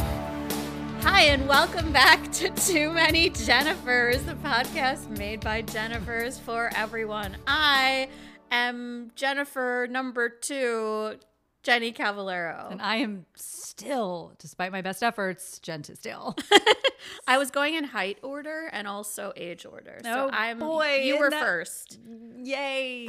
Hi, and welcome back to Too Many Jennifers, the podcast made by Jennifers for everyone. I am Jennifer number two, Jenny Cavallero. And I am still, despite my best efforts, Jen Tisdale. I was going in height order and also age order. So Oh, I'm boy, you isn't were that- first. Yay.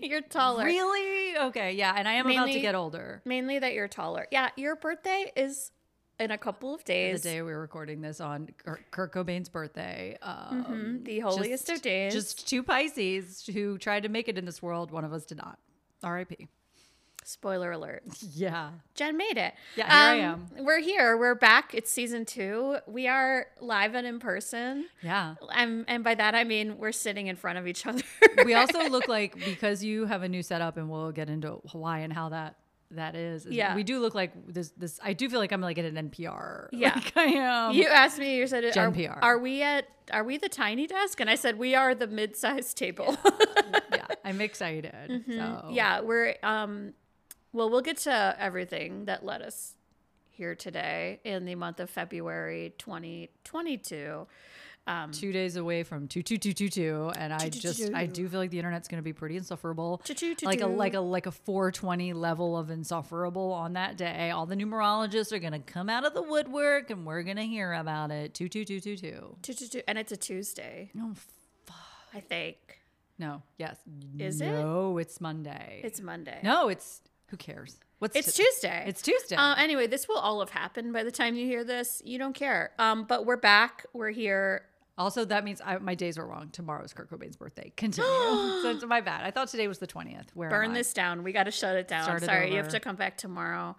you're taller. really? Okay, yeah. And I am about Mainly- to get older. Mainly that you're taller. Yeah, your birthday is in a couple of The days. day we were recording this on Kurt Kurt Cobain's birthday. Um, Mhm, the holiest just- of days. Just two Pisces who tried to make it in this world. One of us did not. R.I.P. Spoiler alert. Yeah. Jen made it. Yeah, here I am. We're here. We're back. It's season two. We are live and in person. Yeah. Um, and by that I mean we're sitting in front of each other. we also look like because you have a new setup and we'll get into Hawaii and how that that is. is Yeah. We do look like this this I do feel like I'm like at an NPR. Yeah. Like I am. you asked me. You said, Gen are, PR. "Are we at? Are we the tiny desk?" And I said, "We are the mid-sized table." yeah. I'm excited. So Mm-hmm. yeah, we're. Um, well, we'll get to everything that led us here today in the month of February, twenty twenty-two. two days away from two two two two two, and I just I do feel like the internet's going to be pretty insufferable. Choo-choo-choo-choo. Like a like a like a 420 level of insufferable on that day. All the numerologists are going to come out of the woodwork, and we're going to hear about it. Two two two two two. And it's a Tuesday, No, f- I think. no, yes, Is it? no, No, it's Monday. It's Monday. no, it's who cares? What's It's t- Tuesday. It's Tuesday. Uh, anyway, this will all have happened by the time you hear this. You don't care. Um, but we're back. We're here. also, that means I, my days are wrong. Tomorrow's Kurt Cobain's birthday. Continue. so it's my bad. I thought today was the 20th. Where am Burn I? this down. We got to shut it down. Start it Sorry, you have over. to come back tomorrow.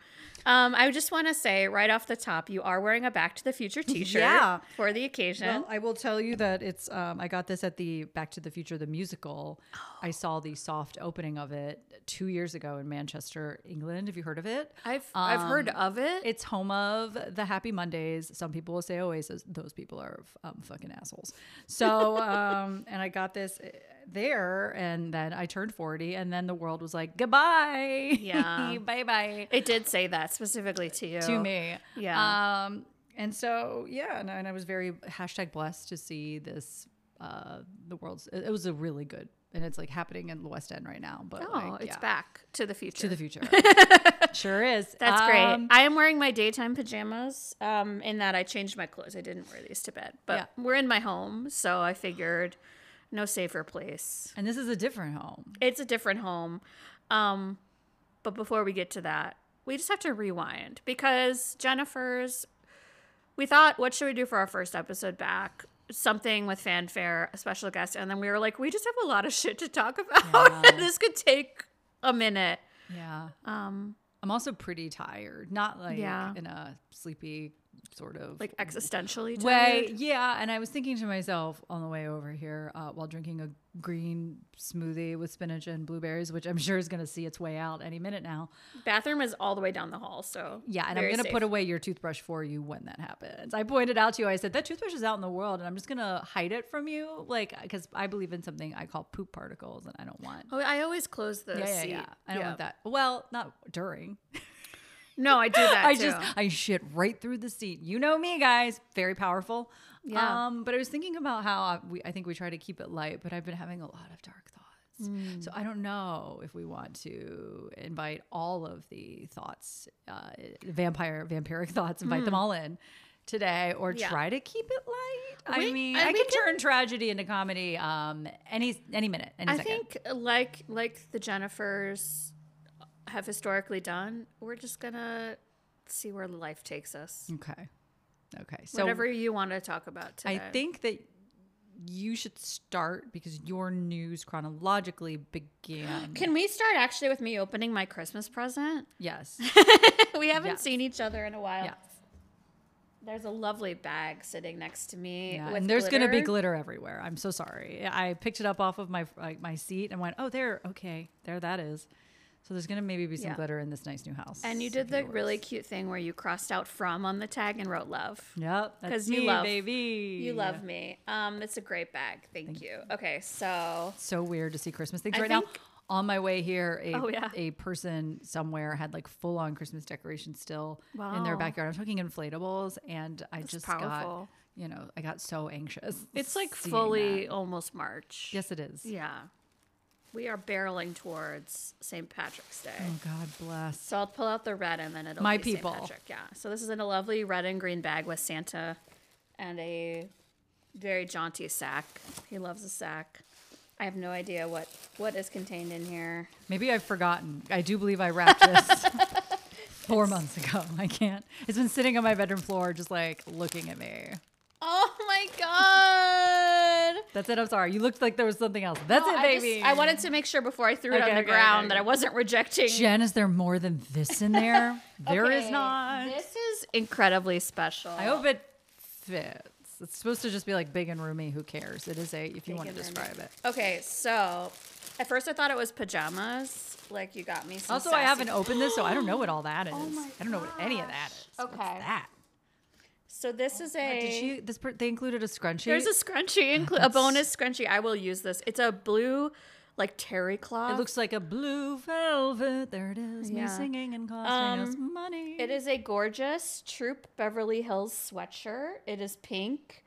Um, I just want to say right off the top, you are wearing a Back to the Future T-shirt Yeah. for the occasion. Well, I will tell you that it's. Um, I got this at the Back to the Future the musical. Oh. I saw the soft opening of it two years ago in Manchester, England. Have you heard of it? Um, I've I've heard of it. It's home of the Happy Mondays. Some people will say Oasis. Those people are um, fucking assholes. So, um, and I got this uh, there, and then I turned forty, and then the world was like goodbye. Yeah. bye bye It did say that specifically to you. to me. Yeah. Um, and so yeah, and, I- and I was very hashtag blessed to see this. Uh, the world's it, it was a really good, and it's like happening in the West End right now. But Oh, like, it's yeah, back to the future. to the future. sure is. That's Um, great. I am wearing my daytime pajamas. Um, in that I changed my clothes. I didn't wear these to bed, but Yeah. we're in my home, so I figured no safer place. and this is a different home. It's a different home. Um, but before we get to that, we just have to rewind because Jennifer's. We thought, what should we do for our first episode back? Something with fanfare, a special guest, and then we were like, we just have a lot of shit to talk about. Yeah. this could take a minute. Yeah, Um, I'm also pretty tired. Not like Yeah. in a sleepy sort of like existentially. way. tired. Yeah, and I was thinking to myself on the way over here uh, while drinking a green smoothie with spinach and blueberries, which I'm sure is going to see its way out any minute now. Bathroom is all the way down the hall, so Yeah, and very I'm going to safe. put away your toothbrush for you when that happens. I pointed out to you, I said, that toothbrush is out in the world, and I'm just going to hide it from you, like, because I believe in something I call poop particles, and I don't want. Oh, I always close the Yeah, yeah, seat. yeah. I don't want that. Well, not during. No, I do that. I too. just I shit right through the seat. You know me, guys. Very powerful. Yeah. Um, but I was thinking about how I, we, I think we try to keep it light, but I've been having a lot of dark thoughts. Mm. So I don't know if we want to invite all of the thoughts, uh, vampire vampiric thoughts, invite them all in today, or Mm. Yeah. try to keep it light. We- I mean, uh, I we can can- turn tragedy into comedy um, any any minute, any I second. think like like the Jennifers have historically done, we're just gonna see where life takes us. okay, okay. So Whatever you want to talk about today. I think that you should start because your news chronologically began. Can we start actually with me opening my Christmas present? yes. we haven't Yes. seen each other in a while. Yeah. There's a lovely bag sitting next to me. Yeah, with and there's going to be glitter. glitter everywhere. I'm so sorry. I picked it up off of my like my seat and went, "Oh, there. Okay, there that is." So there's going to maybe be some Yeah. glitter in this nice new house. And you of did the yours. really cute thing where you crossed out from on the tag and wrote love. Yep, that's 'Cause you me, love- baby. You love me. Um, it's a great bag. Thank, you. Okay, so So weird to see Christmas things I right now. think- On my way here, a, Oh, yeah. a person somewhere had like full on Christmas decorations still in their Wow. backyard. I'm talking inflatables, and I just got, powerful. you know, I got so anxious. it's like seeing fully that. almost March. Yes, it is. Yeah. We are barreling towards St. Patrick's Day. Oh, God bless. So I'll pull out the red and then it'll My be St. people. Patrick. Yeah. So this is in a lovely red and green bag with Santa and a very jaunty sack. He loves a sack. I have no idea what what is contained in here. Maybe I've forgotten. I do believe I wrapped this four months ago. I can't. It's been sitting on my bedroom floor, just like looking at me. Oh my god. That's it. I'm sorry. You looked like there was something else. That's it, I, just- baby. I wanted to make sure before I threw it Okay, on the okay, ground okay, that I wasn't rejecting. Jen, is there more than this in there? There is Okay, not. This is incredibly special. I hope it fits. It's supposed to just be like big and roomy. Who cares? It is a, if you want to and roomy. describe it. Okay, so at first I thought it was pajamas. Like you got me some. Also, I sassy- haven't opened this, so I don't know what all that is. Oh my I don't know what any of that is. What's Okay. that? So this is a. Did she, this, per- they included a scrunchie? There's a scrunchie, inclu- a bonus scrunchie. I will use this. It's a blue, like terry cloth. It looks like a blue velvet. There it is. Me Yeah. Um, singing and costing us money. It is a gorgeous Troop Beverly Hills sweatshirt. It is pink.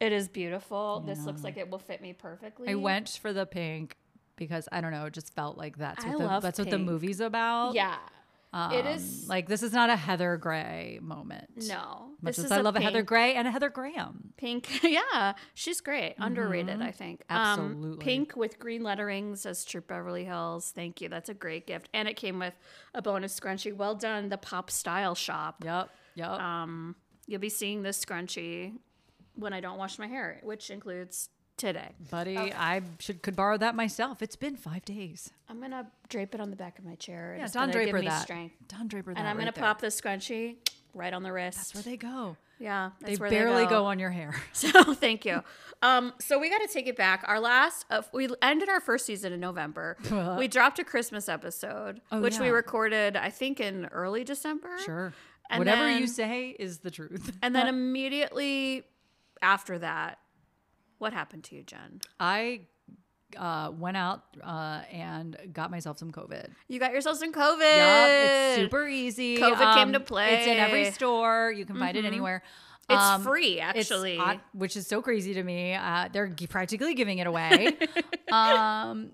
It is beautiful. This looks like it will fit me perfectly. I went for the pink because I don't know. It just felt like that's I what the, love that's what the pink. movie's about. Yeah. it Um, is like this is not a Heather Gray moment. no. Much This as is I love a Heather pink- Gray and a Heather Graham. Pink, yeah, she's great. Underrated, I think. Um, Mm-hmm. Absolutely. pink with green letterings says Troop Beverly Hills. Thank you. That's a great gift. And it came with a bonus scrunchie. Well done, the Pop Style Shop. Yep. Yep. You'll be seeing this scrunchie when I don't wash my hair, which includes today. Buddy, I should could borrow that myself. It's been five days. I'm gonna drape it on the back of my chair. Yeah, it's Don gonna give Draper me that. strength. Don Draper that. And I'm right gonna there. pop the scrunchie right on the wrist. That's where they go. yeah, that's They where barely they go on your hair. So thank you. Um, so we got to take it back. Our last, uh, we ended our first season in November. we dropped a Christmas episode, Oh, which we yeah. recorded, I think, in early December. Sure. And Whatever you then- say is the truth. And then immediately after that, what happened to you, Jen? I uh, went out uh, and got myself some COVID. You got yourself some COVID. Yup, it's super easy. um, COVID came to It's in every play. Mm-hmm. store. You can find it anywhere. It's Um, free, it's- actually. I- which is so crazy to me. Uh, they're g- practically giving it away. um,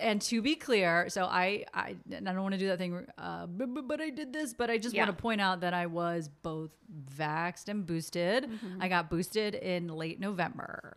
and to be clear, so I, I, and I don't want to do that thing, uh, but, but, but I did this, but I just Yeah. want to point out that I was both vaxxed and boosted. Mm-hmm. I got boosted in late November.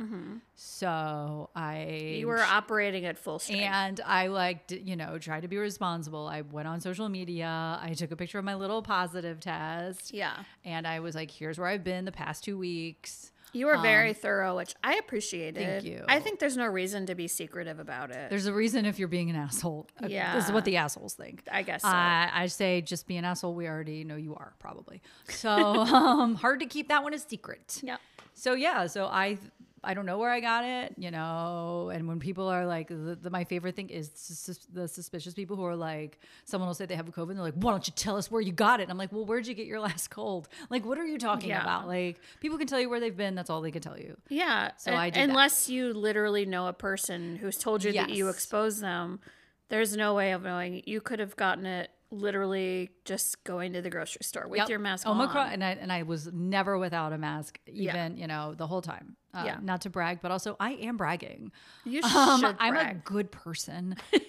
So I. you were operating at full strength. And I like, d- you know, tried to be responsible. I went on social media. I took a picture of my little positive test. yeah. And I was like, here's where I've been the past two weeks. You were very thorough, which I appreciated. um, you. I think there's no reason to be secretive about it. There's a reason if you're being an asshole. Uh, This is Yeah. what the assholes think. I guess so. I, I say just be an asshole. We already know you are, probably. So um, hard to keep that one a secret. yeah. So yeah, so I I don't know where I got it, you know. And when people are like, the, the, my favorite thing is sus- the suspicious people who are like, someone will say they have a COVID, and they're like, why don't you tell us where you got it? And I'm like, well, where'd you get your last cold? Like, what are you talking Yeah. about? Like, people can tell you where they've been. That's all they can tell you. Yeah. So I did that. unless you literally know a person who's told you that you Yes. expose them, there's no way of knowing. You could have gotten it literally just going to the grocery store with Yep. Oh your mask Omicron, on. and I and I was never without a mask, even you know the whole time. Uh, Yeah. Not to brag, but also I am bragging. You Um, should I'm a brag. good person. so,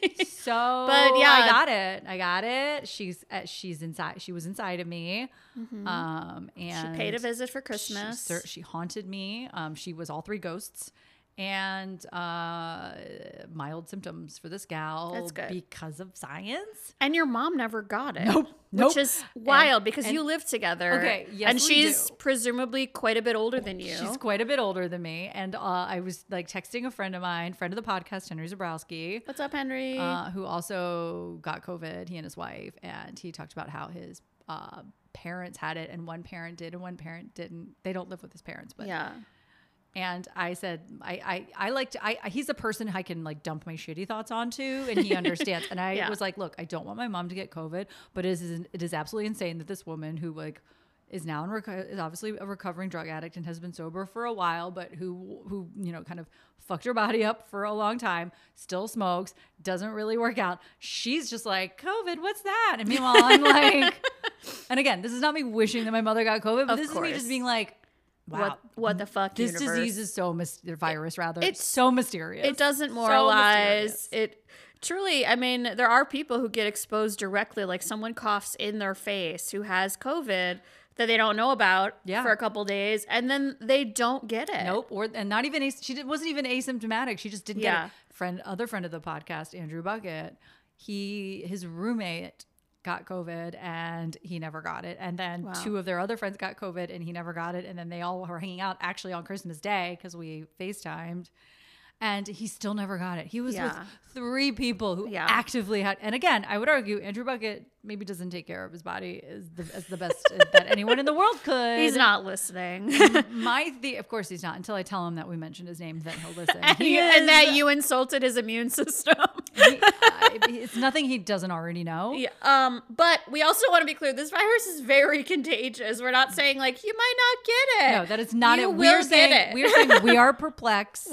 but yeah, I yeah. got it. I got it. She's uh, she's inside. She was inside of me. Um, and Mm-hmm. She paid a visit for she Christmas. cer- She, haunted me. Um, she was all three ghosts, and uh, mild symptoms for this gal That's good. because of science. And your mom never got it. Nope, nope. Which is wild because and- you live together. Okay, yes, And we she's do. presumably quite a bit older than you. She's quite a bit older than me, and uh, I was like texting a friend of mine, friend of the podcast, Henry Zabrowski. What's up, Henry? uh, who also got COVID, he and his wife, and he talked about how his uh, parents had it, and one parent did, and one parent didn't. They don't live with his parents, but yeah. and I said, I I, I like to. I I- he's a person I can like dump my shitty thoughts onto, and he understands. And I Yeah. was like, look, I don't want my mom to get COVID, but it is it is absolutely insane that this woman who like is now in reco- is obviously a recovering drug addict and has been sober for a while, but who who you know kind of fucked her body up for a long time, still smokes, doesn't really work out. She's just like COVID. What's that? And meanwhile, I'm like, and again, this is not me wishing that my mother got COVID, but Of this is me course. just being like. Wow. What what the fuck This universe? disease is so mis- the virus rather. it's- It's so mysterious. it doesn't So moralize mysterious. it truly i mean there are people who get exposed directly like someone coughs in their face who has covid that they don't know about Yeah. for a couple days and then they don't get it Nope, or and not even as, she did, wasn't even asymptomatic. She just didn't Yeah. get it. Friend, other friend of the podcast, Andrew Bucket. He his roommate got COVID and he never got it, and then Wow. two of their other friends got COVID and he never got it, and then they all were hanging out actually on Christmas Day because we Facetimed. And he still never got it. He was Yeah. with three people who Yeah. actively had. And again, I would argue Andrew Bucket maybe doesn't take care of his body as the, as the best that anyone in the world could he's not listening my the of course he's not until I tell him that we mentioned his name then he'll listen. and, He you- and is- that you insulted his immune system he- I- it's nothing he doesn't already know. yeah, um but we also want to be clear this virus is very contagious we're not saying like you might not get it No, that is not You it. will We're get saying it. we're saying we are perplexed.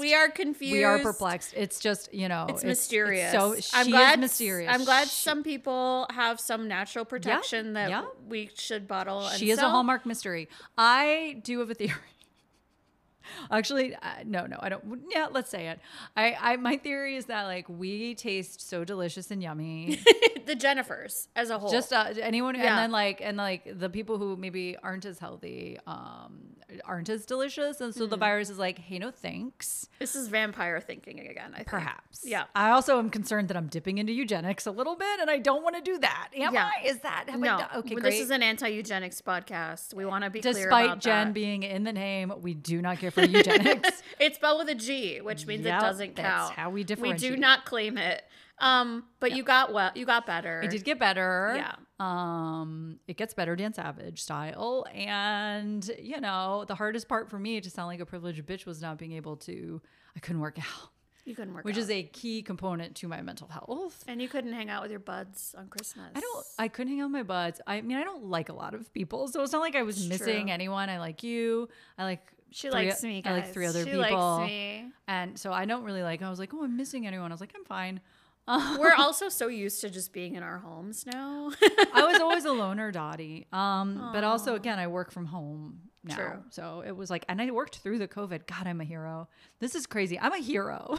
we are confused We are perplexed. It's just you know it's, mysterious. so she I'm glad, is mysterious. I'm glad She- some people have some natural protection that yeah. we should bottle. And She is a sell. hallmark mystery. I do have a theory. Actually, uh, no, no, I don't. Yeah, let's say it. I, I, my theory is that like we taste so delicious and yummy the Jennifers as a whole. just uh, anyone Yeah. and then like and like the people who maybe aren't as healthy um aren't as delicious and Mm-hmm. so the virus is like hey no thanks this is vampire thinking again. I think. perhaps Yeah. i also am concerned that i'm dipping into eugenics a little bit and i don't want to do that am Yeah. i is that have I No, done- okay well, great this is an anti-eugenics podcast. We want to be clear despite about jen that. being in the name we do not care for eugenics it's spelled with a G, which means Yep, it doesn't that's count. how we We do differentiate. not claim it. Um, but you got well. You got better. it did get better Yeah. um it gets better dan savage style and you know the hardest part for me to sound like a privileged bitch was not being able to i couldn't work out You couldn't work. which out. is a key component to my mental health. and you couldn't hang out with your buds on Christmas. I don't. I couldn't hang out with my buds. I mean, I don't like a lot of people, so it's not like I was It's missing true. anyone. I like you. I like. She three- likes me. Guys. I like three other she people, Likes me. and so I don't really like. I was like, oh, I'm missing anyone. I was like, I'm fine. Uh, We're also so used to just being in our homes now. I was always a loner, Dottie. Um, but also again, I work from home now, True. so it was like, and I worked through the COVID. God, I'm a hero. This is crazy. I'm a hero.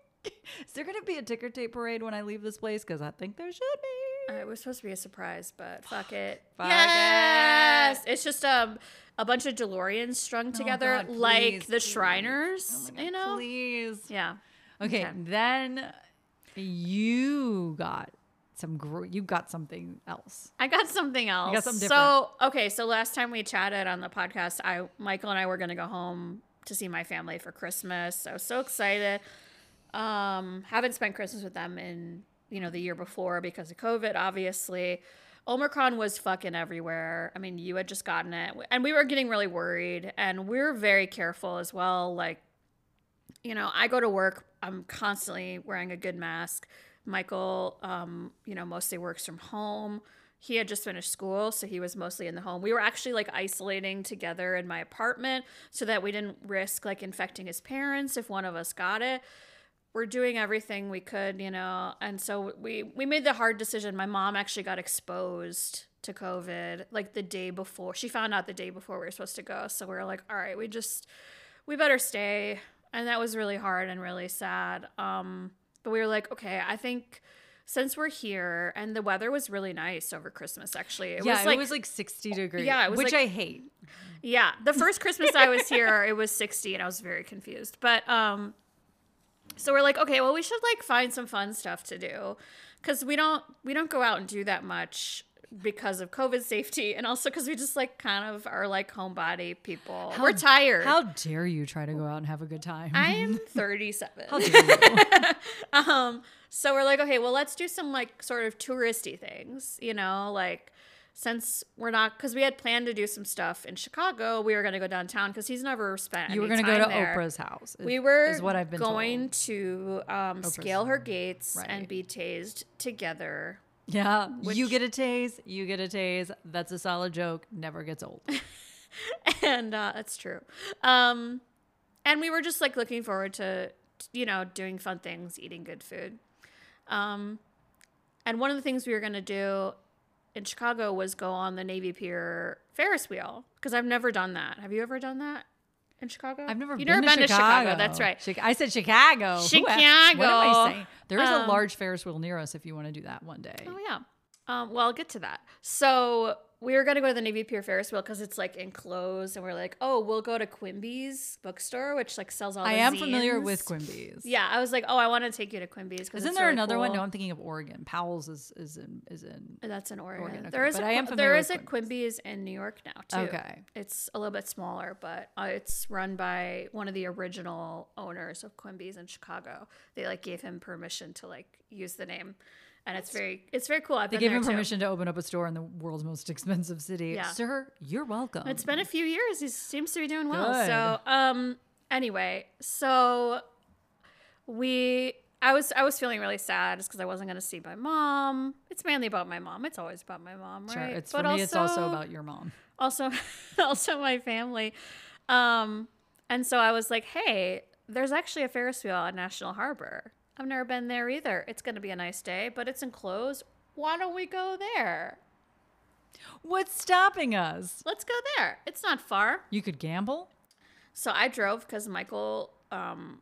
is there gonna be a ticker tape parade when I leave this place? Because I think there should be. Uh, it was supposed to be a surprise, but fuck it. Fuck yes, it's just um a bunch of DeLoreans strung together Oh God, like please, the Shriners, Oh my God, you know? Please. Yeah. Okay, Okay. then you got some. Gr- you got something else. I got something else. something So okay, so last time we chatted on the podcast, I Michael and I were gonna go home to see my family for Christmas. I was so excited. Um, haven't spent Christmas with them in you know the year before because of COVID, obviously. Omicron was fucking everywhere. I mean, you had just gotten it, and we were getting really worried, and we were very careful as well. Like you know, I go to work. I'm constantly wearing a good mask. Michael, um, you know, mostly works from home. He had just finished school, so he was mostly in the home. We were actually like isolating together in my apartment so that we didn't risk like infecting his parents if one of us got it. We're doing everything we could, you know. And so we we made the hard decision. My mom actually got exposed to COVID like the day before. She found out the day before we were supposed to go. So we were like, all right, we just we better stay and that was really hard and really sad um but we were like okay i think since we're here and the weather was really nice over Christmas actually. It yeah, was like it was like 60 degrees. Yeah, it was which like- I hate. yeah, the first Christmas I was here it was 60 and I was very confused. But um so we're like okay, well we should like find some fun stuff to do cuz we don't we don't go out and do that much because of COVID safety and also cuz we just like kind of are like homebody people. we're tired. How dare you try to go out and have a good time? I am 37. How dare you? um so we're like okay well let's do some like sort of touristy things you know like since we're not because we had planned to do some stuff in chicago we were going to go downtown because he's never spent You were going gonna go to there. Oprah's house. is- we were is what I've been going Told. Oh, to um, scale her gates and Right. be tased together Yeah, you get a tase. You get a tase. That's a solid joke. Never gets old. and uh, that's true. Um, and we were just like looking forward to, you know, doing fun things, eating good food. Um, and one of the things we were gonna do in Chicago was go on the Navy Pier Ferris wheel because I've never done that. Have you ever done that in Chicago? I've never You been, never to, been Chicago. That's right. Chi- I said Chicago. Who asked- What am Chicago. I saying? There is Um, a large Ferris wheel near us if you want to do that one day. Oh yeah. Um, well, I'll get to that. So we were gonna go to the Navy Pier Ferris wheel because it's like enclosed, and we're like, oh, we'll go to Quimby's bookstore, which like sells all. I the am familiar zines. with Quimby's. Yeah, I was like, oh, I want to take you to Quimby's. 'cause Isn't it's there really another one? No, cool. Uh, I'm thinking of Oregon. Powell's is is in is in. That's in Oregon. Oregon, okay. There is But a, I am Qui- familiar there with is a Quimby's in New York now too. Okay. It's a little bit smaller, but uh, it's run by one of the original owners of Quimby's in Chicago. They like gave him permission to like use the name, and it's very it's very cool. I've They been gave there, him too. permission to open up a store in the world's most expensive city. Yeah. Sir, you're welcome. It's been a few years. He seems to be doing well. Good. So, um, anyway, so we, I was, I was feeling really sad just because I wasn't going to see my mom. It's mainly about my mom. It's always about my mom, right? sure. It's for me. it's also about your mom. also, also my family. Um, and so I was like, hey, there's actually a Ferris wheel at National Harbor. I've never been there either. It's going to be a nice day, but it's enclosed. Why don't we go there? What's stopping us? Let's go there. It's not far. You could gamble. So I drove because Michael um,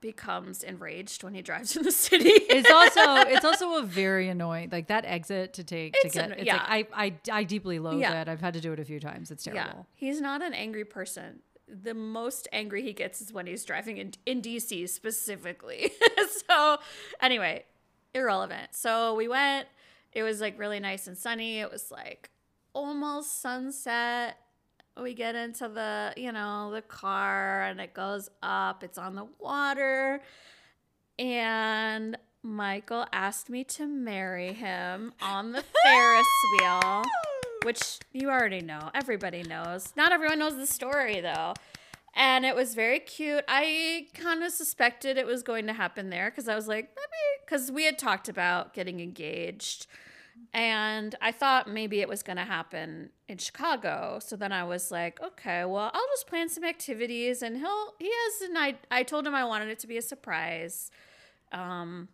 becomes enraged when he drives in the city. It's also it's also a very annoying like that exit to take It's to get. anno- It's yeah. like I I I deeply loathe Yeah. it. I've had to do it a few times. It's yeah, terrible. he's not an angry person. The most angry he gets is when he's driving in, in DC specifically. so, anyway, irrelevant. So we went. It was like really nice and sunny. It was like almost sunset. We get into the, you know, the car and it goes up. It's on the water. And Michael asked me to marry him on the Ferris wheel, which you already know. Everybody knows. Not everyone knows the story, though. And it was very cute. I kind of suspected it was going to happen there because I was like, maybe, because we had talked about getting engaged. And I thought maybe it was going to happen in Chicago. So then I was like, okay, well, I'll just plan some activities and he'll, he has an, I, I told him I wanted it to be a surprise um,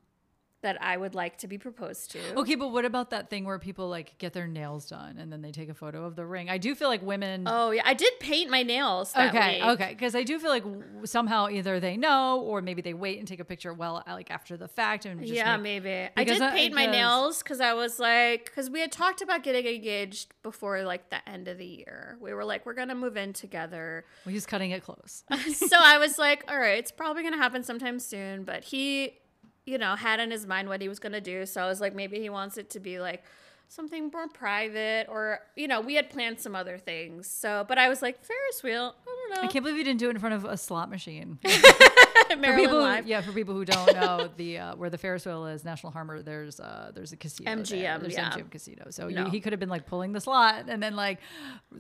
that I would like to be proposed to. Okay, but what about that thing where people like get their nails done and then they take a photo of the ring? I do feel like women. Oh yeah, I did paint my nails. That okay, week. okay, because I do feel like w- somehow either they know or maybe they wait and take a picture well uh, like after the fact and just yeah, make- maybe. I Because did I- paint my because- nails because I was like, because we had talked about getting engaged before like the end of the year. We were like, we're gonna move in together. well, he's cutting it close. so I was like, all right, it's probably gonna happen sometime soon. But he, you know, had in his mind what he was gonna do. So I was like, maybe he wants it to be like something more private, or you know, we had planned some other things. So, but I was like, Ferris wheel. I don't I know. can't believe you didn't do it in front of a slot machine. for Maryland people, who- Live. yeah, for people who don't know the uh, where the Ferris wheel is, National Harbor. There's uh, there's a casino. there. MGM, There's yeah. MGM casino. So No. you, he could have been like pulling the slot, and then like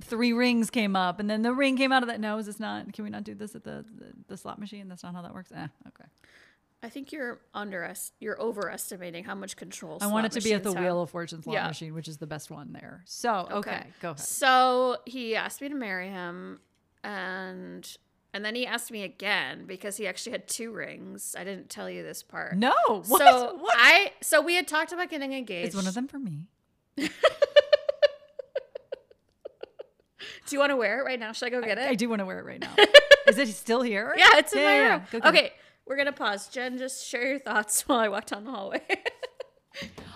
three rings came up, and then the ring came out of that. No, is this not? Can we not do this at the the, the slot machine? That's not how that works. Eh, okay. I think you're underest you're overestimating how much control. I want it to be at the Wheel wheel. of Fortune slot Yeah. machine, which is the best one there. So okay, go ahead. So he asked me to marry him, and and then he asked me again because he actually had two rings. I didn't tell you this part. No, what? So what? I so we had talked about getting engaged. Is one of them for me? Do you want to wear it right now? Should I go get it? I do want to wear it right now. is it still here? yeah, it's in my yeah, room. yeah. Go get it. okay, we're gonna pause. Jen, just share your thoughts while I walk down the hallway.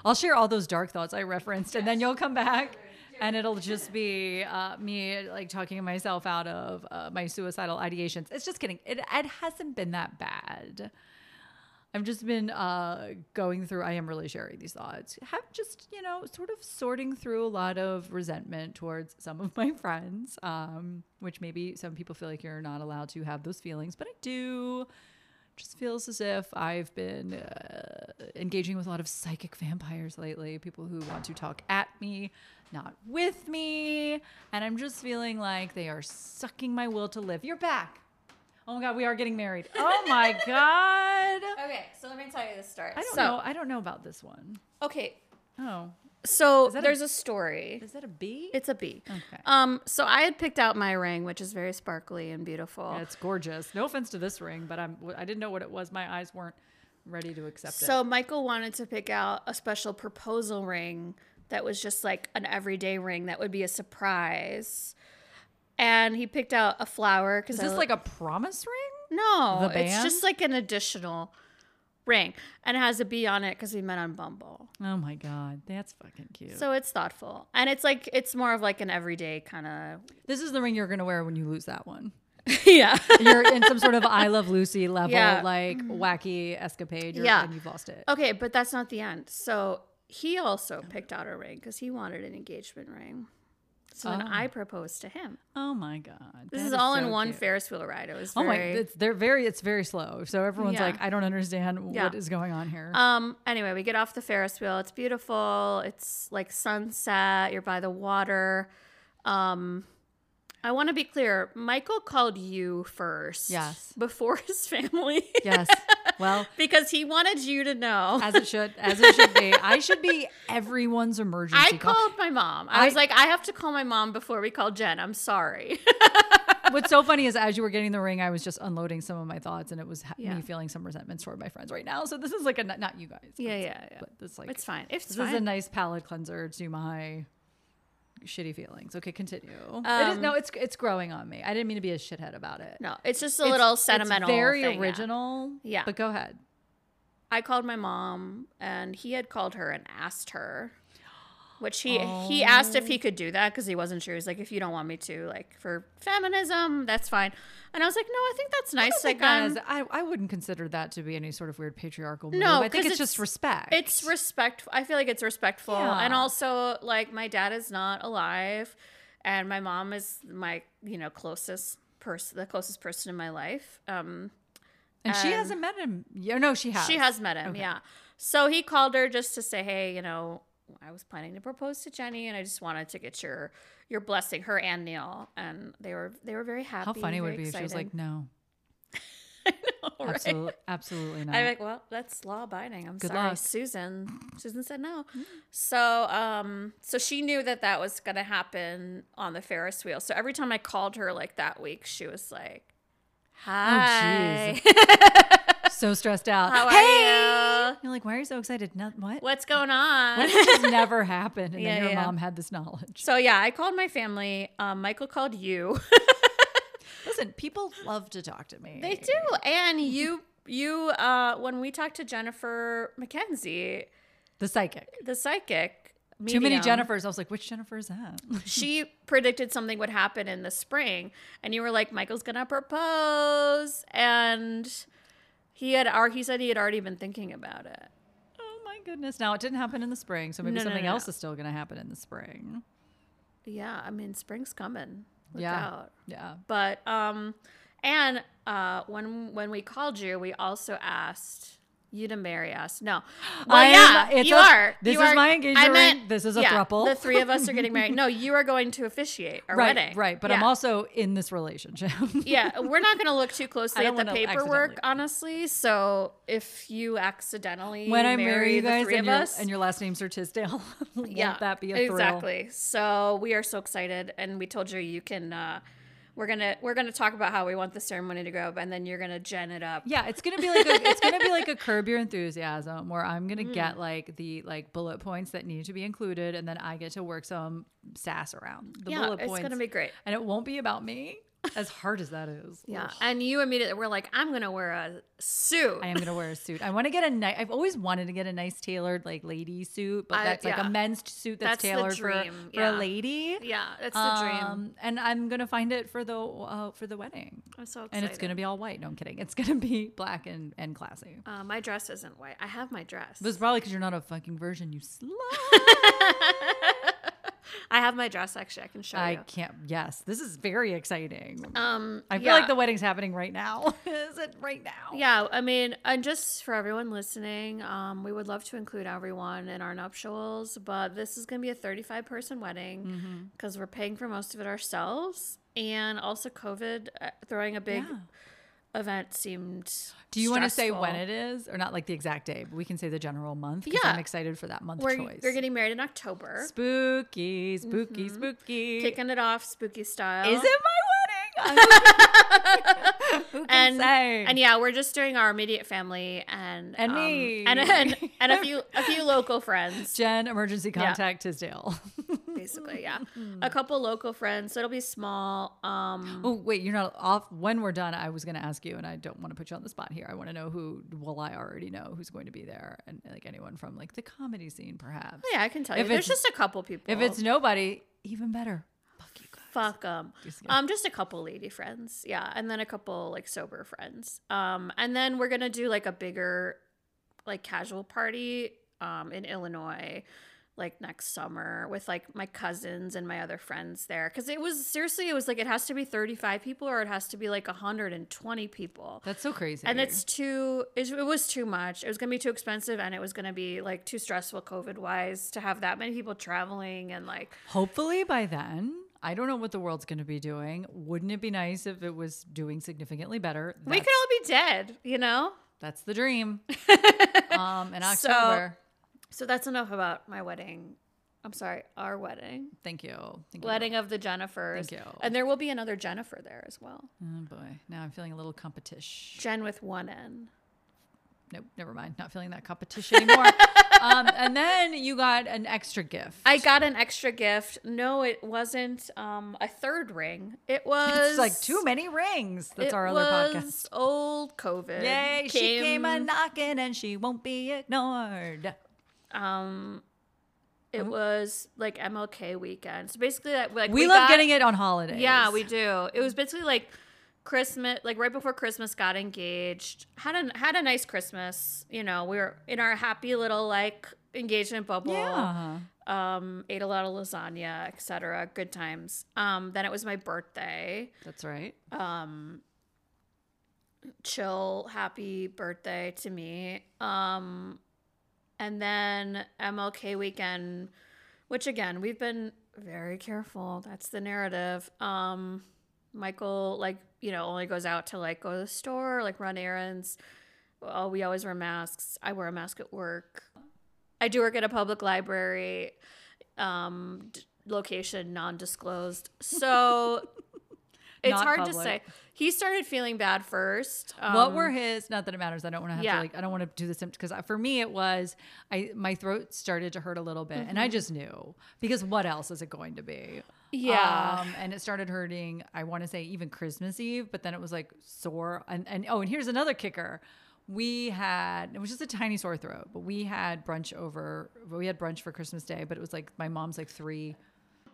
I'll share all those dark thoughts I referenced, and then you'll come back, and it'll just be uh, me like talking myself out of uh, my suicidal ideations. It's just kidding. It, it hasn't been that bad. I've just been uh, going through. I am really sharing these thoughts. Have just you know sort of sorting through a lot of resentment towards some of my friends, um, which maybe some people feel like you're not allowed to have those feelings, but I do just feels as if I've been uh, engaging with a lot of psychic vampires lately, people who want to talk at me, not with me. And I'm just feeling like they are sucking my will to live. You're back. Oh my God, we are getting married. Oh my God. Okay, so let me tell you this story. I don't so, know. I don't know about this one. Okay, Oh, so that a- there's a, story. is that a bee? It's a bee. Okay. Um, so I had picked out my ring, which is very sparkly and beautiful. Yeah, it's gorgeous. No offense to this ring, but I'm. I didn't know what it was. My eyes weren't ready to accept it. So Michael wanted to pick out a special proposal ring that was just like an everyday ring that would be a surprise. And he picked out a flower because Is this like a promise ring? no, the it's band? just like an additional ring, and it has a bee on it because we met on Bumble. Oh my God, that's fucking cute. So it's thoughtful, and it's like it's more of like an everyday kind This is the ring you're gonna wear when you lose that one. of yeah. You're in some sort of I Love Lucy level, Yeah. like wacky escapade. You're, Yeah. and you've lost it. Okay, but that's not the end. So he also picked out a ring because he wanted an engagement ring. So then Ah. I proposed to him. Oh my god, This that is all in so one cute. Ferris wheel ride. It was Oh my, very. it's they're very, it's very slow. So everyone's Yeah. like, I don't understand Yeah. what is going on here. um. Anyway, we get off the Ferris wheel. It's beautiful. It's like sunset. You're by the water. Um, I want to be clear. Michael called you first. Yes. Before his family. yes. Well, because he wanted you to know. as it should, as it should be. I should be everyone's emergency. I call. called my mom. I, was I- like, I have to call my mom before we call Jen. I'm sorry. What's so funny is as you were getting the ring, I was just unloading some of my thoughts, and it was ha- Yeah. me feeling some resentment toward my friends right now. So this is like a not you guys. but Yeah, it's- yeah, yeah. But it's like it's fine. It's This fine. is a nice palate cleanser to my shitty feelings. Okay, continue. it is, Um, no, it's it's growing on me. I didn't mean to be a shithead about it. no, it's just a It's- little it's sentimental. very thing, yeah. original. Yeah. but go ahead. I called my mom, and he had called her and asked her, which he he Oh. asked if he could do that because he wasn't sure. He's like, if you don't want me to, like for feminism, that's fine. And I was like, no, I think that's nice. Like, Like that is, I'm- I, I wouldn't consider that to be any sort of weird patriarchal move. No, I think 'cause it's, just it's- respect. it's respectful. I feel like it's respectful, Yeah. and also like my dad is not alive, and my mom is my you know closest person, the closest person in my life. Um, and she and- hasn't met him. Yeah, no, she has. She has met him, Okay. yeah. So he called her just to say, "Hey, you know, I was planning to propose to Jenny, and I just wanted to get your your blessing, her and Neil." And they were they were very happy. How funny it would very be if she was excited. like, no, All right. absolutely, absolutely not. I'm like, well, that's law abiding. I'm Good sorry, luck. Mm. Susan. Susan said no. So, um, so she knew that that was gonna happen on the Ferris wheel. So every time I called her like that week, she was like, "Hi, Oh, jeez. so stressed out. how hey, are you? you're like, why are you so excited? No, what? What's going on?" What if it just never happened and Yeah, then your yeah. mom had this knowledge? So yeah, I called my family. Um, Michael called you. Listen, people love to talk to me. they do, and you you uh, when we talked to Jennifer McKenzie, The psychic. the psychic. Too many medium, Jennifers. I was like, which Jennifer is that? She predicted something would happen in the spring, and you were like, "Michael's gonna propose," and he had ar- he said he had already been thinking about it. oh my goodness. Now it didn't happen in the spring, so maybe No, no, something no, else no. is still gonna happen in the spring. Yeah, I mean, spring's coming. Look yeah. out. Yeah. But um, and uh, when when we called you, we also asked you to marry us. No, well, I am- yeah, it's you a- are. this you is are- my I engagement ring. This is a throuple. The three of us are getting married. No, you are going to officiate our Right, wedding. right. But I'm Yeah. also in this relationship. Yeah, we're not going to look too closely I at don't the wanna paperwork, accidentally- honestly. So if you accidentally when I marry, you the guys three and of your, us, and your last names are Tisdale, won't that be a thrill? exactly so we are so excited and we told you you can uh we're gonna we're gonna talk about how we want the ceremony to go and then you're gonna gen it up Yeah, it's gonna be like a, it's gonna be like a curb your enthusiasm where I'm gonna get like the like bullet points that need to be included, and then I get to work some sass around the yeah bullet it's points, gonna be great and it won't be about me. As hard as that is. Yeah. Ugh. And you immediately were like, I'm going to wear a suit. I am gonna wear a suit. I want to get a nice. I've always wanted to get a nice tailored like lady suit, but I- that's like yeah. a men's suit That's that's, the tailored dream, for, for yeah. a lady. yeah. That's the dream. Um, and I'm gonna find it for the uh, for the wedding, I'm so excited. and it's gonna be all white. No, I'm kidding. It's gonna be black and and classy. Uh, my dress isn't white. I have my dress. But it's probably because you're not a fucking virgin, you slut. I have my dress actually. I can show I you. can't. Yes, this is very exciting. Um, I feel yeah. like the wedding's happening right now. is it right now? Yeah, I mean, and just for everyone listening, um, we would love to include everyone in our nuptials, but this is going to be a 35 person Mm-hmm. wedding because we're paying for most of it ourselves. And also, COVID uh, throwing a big Yeah. event seemed. Do you want to say when stressful. it is, or not like the exact day? But we can say the general month. Yeah, Yeah. I'm excited for that month We're, choice. we're getting married in October, spooky, spooky, spooky. kicking it off spooky style. is it my wedding? Who can And, say? and yeah, we're just doing our immediate family and And um, me. and, and and a few a few local friends. Jen, emergency contact Tisdale. basically yeah a couple local friends so it'll be small um oh wait, you're not off. When we're done, I was going to ask you, and I don't want to put you on the spot here. I want to know who. Well, I already know who's going to be there, and like anyone from like the comedy scene, perhaps. yeah i can tell If you there's it's- just a couple people If it's nobody, even better. Fuck you guys. fuck them Just kidding. um just a couple lady friends yeah and then a couple like sober friends um and then we're gonna do like a bigger like casual party um in illinois like next summer with like my cousins and my other friends there because it was seriously it was like it has to be 35 people or it has to be like 120 people That's so crazy. and it's too it, it was too much it was going to be too expensive and it was going to be like too stressful covid wise to have that many people traveling and like Hopefully by then, I don't know what the world's going to be doing. Wouldn't it be nice if it was doing significantly better? we could all be dead you know That's the dream. um, in So- October. so that's enough about my wedding i'm sorry our wedding thank you. Thank you. wedding of the jennifers Thank you. and there will be another jennifer there as well Oh boy, now I'm feeling a little competition. jen with one n Nope, never mind. Not feeling that competition anymore. um, and then you got an extra gift. i got an extra gift no it wasn't um a third ring it was it's like too many rings. That's it our other podcast. was old covid Yay, she came a knocking and she won't be ignored. Um, it was like MLK weekend. So basically, that like Um, We, love got- getting it on holidays. Yeah, we do. It was basically like Christmas, like right before Christmas, got engaged. had a had a nice Christmas. You know, we were in our happy little like engagement bubble. Yeah. Um, ate a lot of lasagna, etc. Good times. Um, then it was my birthday. That's right. Um, chill, happy birthday to me. Um, and then MLK weekend, which again, we've been very careful. That's the narrative. Um, Michael, like, you know, only goes out to like go to the store, like run errands. Well, we always wear masks. I wear a mask at work. I do work at a public library, um, d- location non disclosed. So it's Not hard to public. say. He started feeling bad first. Um, what were his? Not that it matters. I don't want to have yeah. to like. I don't want to do the symptoms because for me it was I my throat started to hurt a little bit, Mm-hmm. and I just knew because what else is it going to be? Yeah. Um, and it started hurting. I want to say even Christmas Eve, but then it was like sore. And and oh, and here's another kicker. We had it was just a tiny sore throat, but we had brunch over. We had brunch for Christmas Day, but it was like my mom's like three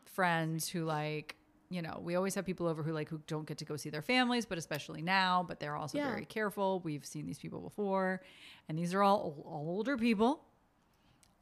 friends who like you know we always have people over who like who don't get to go see their families but especially now but they're also Yeah. very careful we've seen these people before and these are all, ol- all older people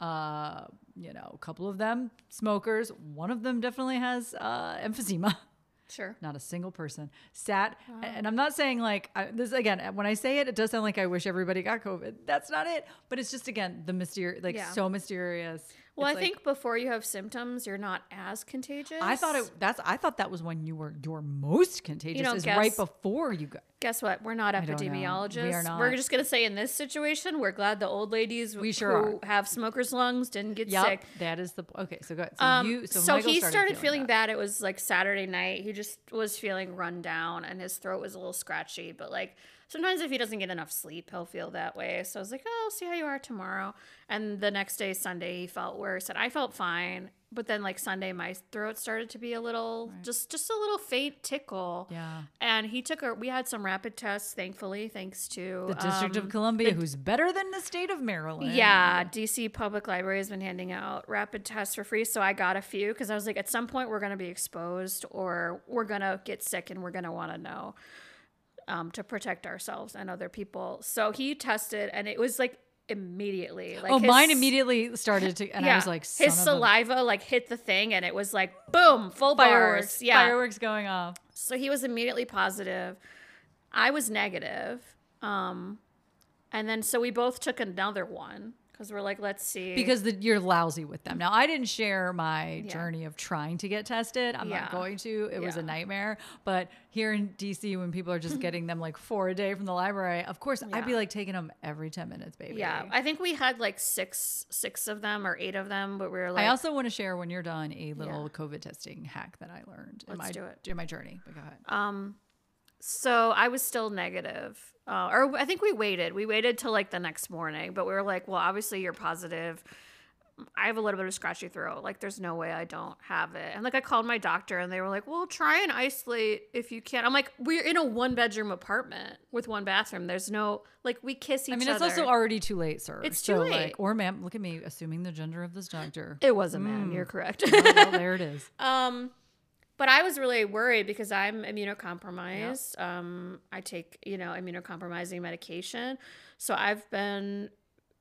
uh you know a couple of them smokers one of them definitely has uh emphysema sure. not a single person sat and i'm not saying like I, this again uh, when i say it it does sound like i wish everybody got covid that's not it but it's just again the mysterious like Yeah. so mysterious Well, I It's like- think before you have symptoms, you're not as contagious. I thought it. That's. I thought that was when you were your most contagious. know, is guess- right before you go. Guess what? We're not don't know. We are epidemiologists. We not. are just gonna say in this situation, we're glad the old ladies We sure who have smokers' lungs didn't get Yep. sick. That is the. Okay. So go. ahead. So Um, you. So, so Michael he started feeling bad. It was like Saturday night. He just was feeling run down, and his throat was a little scratchy. But like sometimes if he doesn't get enough sleep, he'll feel that way. So I was like, oh, I'll see how you are tomorrow. And the next day, Sunday, he felt worse, and I felt fine. But then, like Sunday, my throat started to be a little, just just a little faint tickle. Yeah. And he took a. We had some rapid tests, thankfully, thanks to The District um, of Columbia, who's better than the state of Maryland. yeah, DC Public Library has been handing out rapid tests for free, so I got a few because I was like, at some point we're gonna be exposed or we're gonna get sick and we're gonna want to know um, to protect ourselves and other people. So he tested, and it was like immediately. Like oh, his- mine immediately started to, and Yeah, I was like, his son of a- saliva like hit the thing, and it was like boom, full fireworks, bars. Yeah, fireworks going off. so he was immediately positive. I was negative. Um, and then so we both took another one because we're like, let's see. because the, you're lousy with them. Now, I didn't share my Yeah. journey of trying to get tested. I'm Yeah. not going to. It was a Yeah. nightmare. But here in DC, when people are just getting them like four a day from the library, of course, I'd be Yeah. like taking them every 10 minutes, baby. yeah, I think we had like six six of them or eight of them, but we were like, I also want to share when you're done a little COVID testing hack that I learned in Let's my do it. in my journey. But go ahead. um, so I was still negative. Uh, or I think we waited. We waited till like the next morning, but we were like, well, obviously you're positive. I have a little bit of scratchy throat. Like, there's no way I don't have it. And like, I called my doctor, and they were like, "Well, try and isolate if you can." I'm like, "We're in a one bedroom apartment with one bathroom. There's no like, we kiss each I other." mean, it's also already too late, sir. It's So, too late. Like, or ma'am, look at me assuming the gender of this doctor. it was a man. You're correct. Oh, well, there it is. Um, but I was really worried because I'm immunocompromised. Um, I take you know immunocompromising medication, so I've been,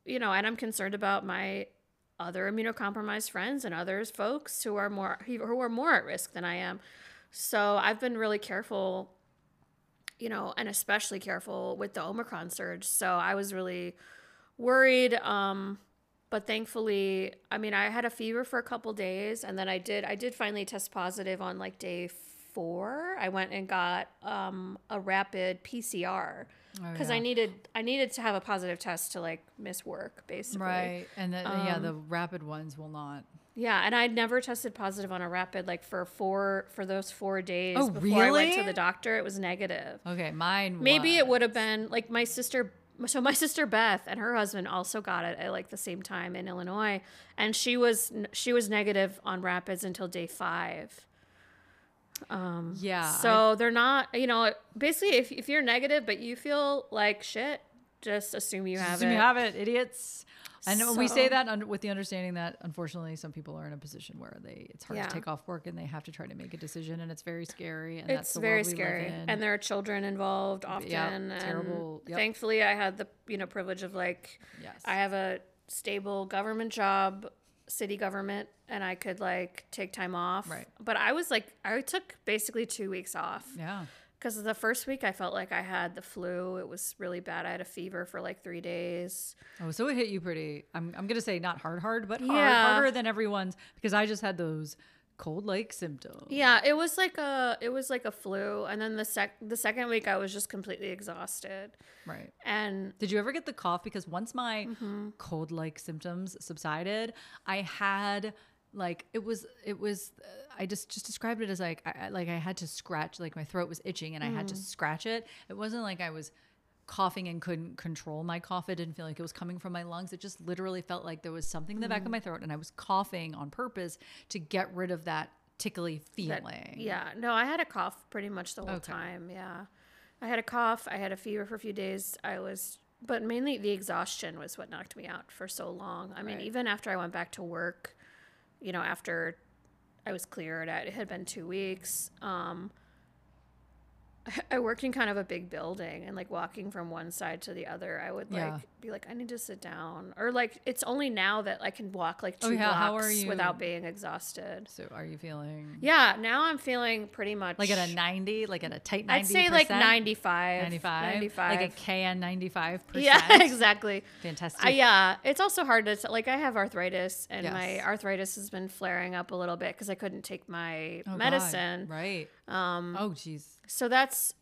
you know, and I'm concerned about my other immunocompromised friends and others folks who are more who are more at risk than I am. So I've been really careful, you know, and especially careful with the Omicron surge. So I was really worried. Um, but thankfully i mean i had a fever for a couple days and then i did i did finally test positive on like day four i went and got um, a rapid pcr Oh, because i yeah. needed i needed to have a positive test to like miss work basically Right. And then, yeah, the Um, rapid ones will not. yeah and i'd never tested positive on a rapid like for four for those four days Oh, before i went to really? the doctor it was negative Okay, mine. Maybe it was. would have been like my sister. So my sister Beth and her husband also got it at like the same time in Illinois, and she was she was negative on rapids until day five. Yeah. I- So they're not, you know, basically if if you're negative but you feel like shit, just assume you have assume it. you have it, idiots. And we say So- that un- with the understanding that unfortunately some people are in a position where they it's hard Yeah. to take off work and they have to try to make a decision and it's very scary and that's it's the very world we live scary, in. and there are children involved often. and terrible. Yep. Thankfully, I had the you know privilege of like yes. I have a stable government job, city government, and I could like take time off. Right. But I was like, I took basically two weeks off yeah. because the first week I felt like I had the flu. It was really bad. I had a fever for like three days. Oh, so it hit you pretty. I'm I'm gonna say not hard, hard, but hard, Yeah. harder than everyone's because I just had those cold like symptoms. Yeah, it was like a it was like a flu. And then the sec the second week I was just completely exhausted. Right. And Did you ever get the cough? Because once my Mm-hmm. cold like symptoms subsided, I had like it was it was uh, I just just described it as like I, I- like I had to scratch like my throat was itching and I had to Mm. scratch it. It wasn't like I was coughing and couldn't control my cough. It didn't feel like it was coming from my lungs. It just literally felt like there was something in the back Mm-hmm. of my throat and I was coughing on purpose to get rid of that tickly feeling. that- yeah, no, I had a cough pretty much the whole Okay. time. Yeah, I had a cough. I had a fever for a few days. I was, but mainly the exhaustion was what knocked me out for so long. I mean, Right. even after I went back to work, you know, after I was cleared, I- it had been two weeks. Um, I worked in kind of a big building and like walking from one side to the other, I would like Yeah. be like, I need to sit down. Or like, it's only now that I can walk like two Oh, yeah, how are blocks you- without being exhausted. So are you feeling Yeah, now I'm feeling pretty much like at a 90, like at a tight 90 I'd say like 95. 95, 95. like a KN 95 percent. yeah, exactly. fantastic. Uh, yeah, it's also hard to tell. Like, I have arthritis, and my Yes. arthritis has been flaring up a little bit because I couldn't take my Oh, God. medicine. right? Um, oh, jeez. So that's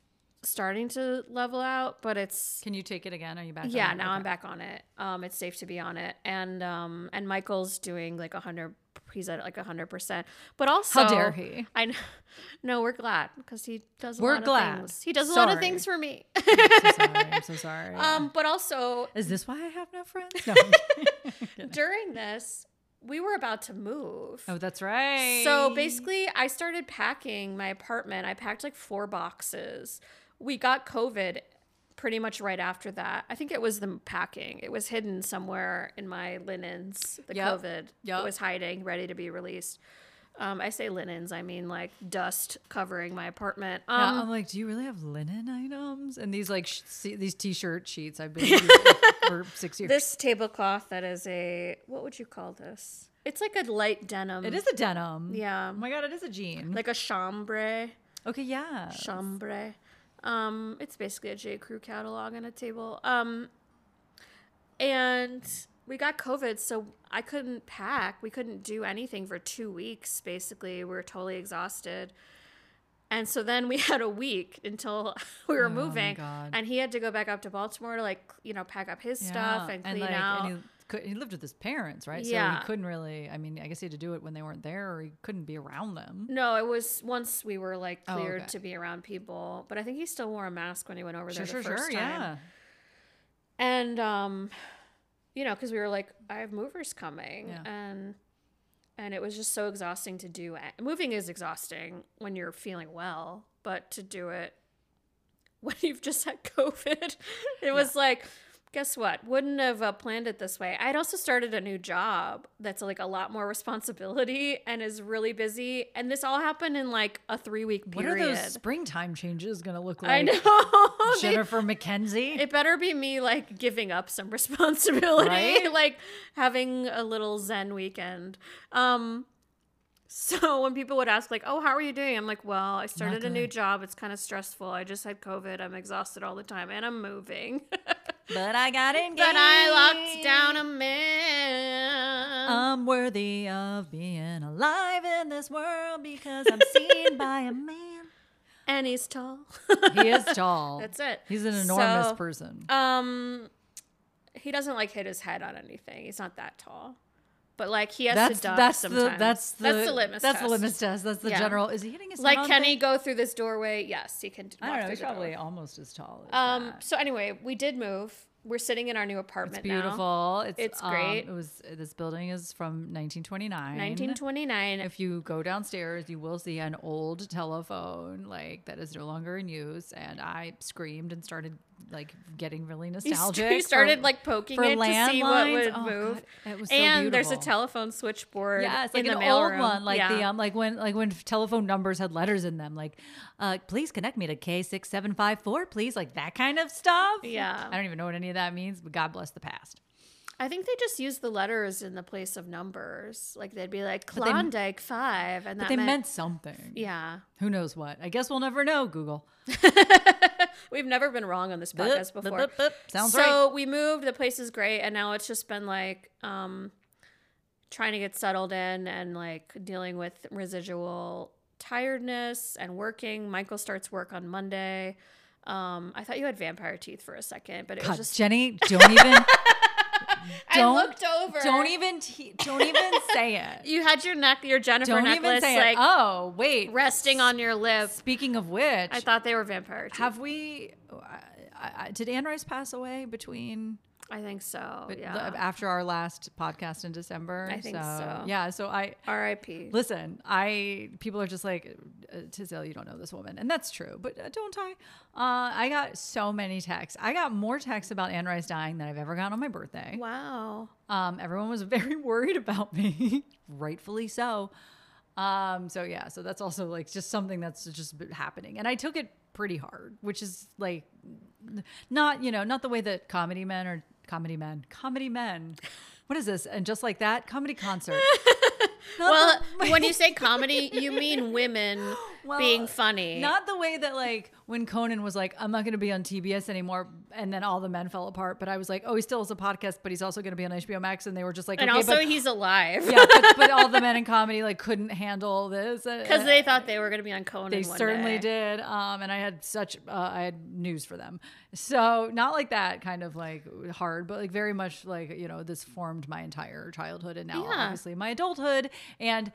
starting to level out, but it's Can you take it again? Are you back? on yeah it? now i'm Okay. back on it um it's safe to be on it and um and michael's doing like a 100 he's at like a 100% but also dare he. i know no we're glad because he does a We're lot glad. of things he does a lot of Sorry. things for me I'm so sorry. I'm so sorry. um but also Is this why I have no friends? No. I'm kidding. during this we were about to move oh, that's right. So basically, I started packing my apartment. I packed like four boxes. We got COVID pretty much right after that. I think it was the packing. It was hidden somewhere in my linens. The Yep. COVID Yep. was hiding, ready to be released. Um, I say linens, I mean like dust covering my apartment. Yeah, oh. Um, I'm like, do you really have linen items and these like sh- see, these t-shirt sheets I've been using for six years? This tablecloth that is a, what would you call this? It's like a light denim. it is a denim. Yeah. Oh my god, it is a jean. Like a chambray. okay, yeah. Chambre. Um, it's basically a J. Crew catalog on a table. Um, and we got COVID, so I couldn't pack. We couldn't do anything for two weeks. Basically, we were totally exhausted. And so then we had a week until we were Oh my moving, God. and he had to go back up to Baltimore to like you know pack up his stuff Yeah, and clean out. And he, could, he lived with his parents, right? So Yeah. he couldn't really. I mean, I guess he had to do it when they weren't there, or he couldn't be around them. no, it was once we were like Oh, cleared okay. to be around people, but I think he still wore a mask when he went over there the first time. Yeah. and um you know because we were like i have movers coming Yeah. and and it was just so exhausting to do it moving is exhausting when you're feeling well but to do it when you've just had covid it was like guess what wouldn't have uh, planned it this way i'd also started a new job that's like a lot more responsibility and is really busy and this all happened in like a three week What period are those springtime changes going to look like? i know They- Jennifer McKenzie. it better be me like giving up some responsibility, Right? like having a little zen weekend. Um so when people would ask like, "Oh, how are you doing?" I'm like, "Well, I started a new good. job. It's kind of stressful. I just had COVID. I'm exhausted all the time and I'm moving." but I got engaged. but I locked down a man. I'm worthy of being alive in this world because I'm seen by a man. and he's tall. He is tall. That's it. He's an enormous So, person. Um he doesn't like hit his head on anything. He's not that tall. But like he has That's to duck that's sometimes. the that's the that's the litmus that's the test. litmus test. That's the Yeah. general. Is he hitting his head Like, on can things? he go through this doorway? Yes, he can. d- I walk don't know. through He's the probably doorway. almost as tall. As Um. that. So anyway, we did move. We're sitting in our new apartment. It's beautiful. It's, It's um, great. It was this building is from 1929. Now. 1929. If you go downstairs, you will see an old telephone like that is no longer in use. And I screamed and started like getting really He st- nostalgic. he started for- like poking for it to see what landlines. would Oh, move. God, it was so and there's a beautiful. telephone switchboard. Yes, like in an the old mailroom. one, like the Yeah. um, like when like when telephone numbers had letters in them, like, uh, please connect me to K six seven five four, please, like that kind of stuff. Yeah. I don't even know what any of that means, but God bless the past. I think they just used the letters in the place of numbers. Like they'd be like they- Klondike Five, and that But they meant, meant something. yeah. Who knows what? I guess we'll never know. Google. We've never been wrong on this Boop, podcast boop, before. boop, boop. Sounds right. so we moved the place is great and now it's just been like um trying to get settled in and like dealing with residual tiredness and working michael starts work on monday um i thought you had vampire teeth for a second but it God, was just Jenny, don't even, i don't- looked over don't even, te- don't even say it. you had your neck your jennifer Don't necklace even say like it. Oh wait. resting on your lip Speaking of which, i thought they were vampire teeth have we? I, I, I- did Anne Rice pass away between? i think so But yeah the- after our last podcast in December. I think so. Yeah. So I rip listen. I people are just like, uh, Tizil, you don't know this woman, and that's true. But uh, don't I? Uh, I got so many texts. I got more texts about Anne Rice dying than I've ever gotten on my birthday. wow Um, everyone was very worried about me, rightfully so. Um, so yeah, so that's also like just something that's just been happening, and I took it pretty hard, which is like n- not you know not the way that comedy men are comedy men comedy men. What is this? And just like that comedy concert. Not well the- when you say comedy you mean women Well, being funny. Not the way that like when Conan was like, I'm not going to be on TBS anymore, and then all the men fell apart. But I was like, oh, he still has a podcast, but he's also going to be on HBO Max, and they were just like, and okay, also, but, he's alive yeah, but, but all the men in comedy like couldn't handle this uh, because they thought they were going to be on Conan. They one certainly day. did. Um, and I had such uh, I had news for them. So not like that kind of like hard, but like very much like you know this formed my entire childhood and now Yeah. obviously my adulthood and.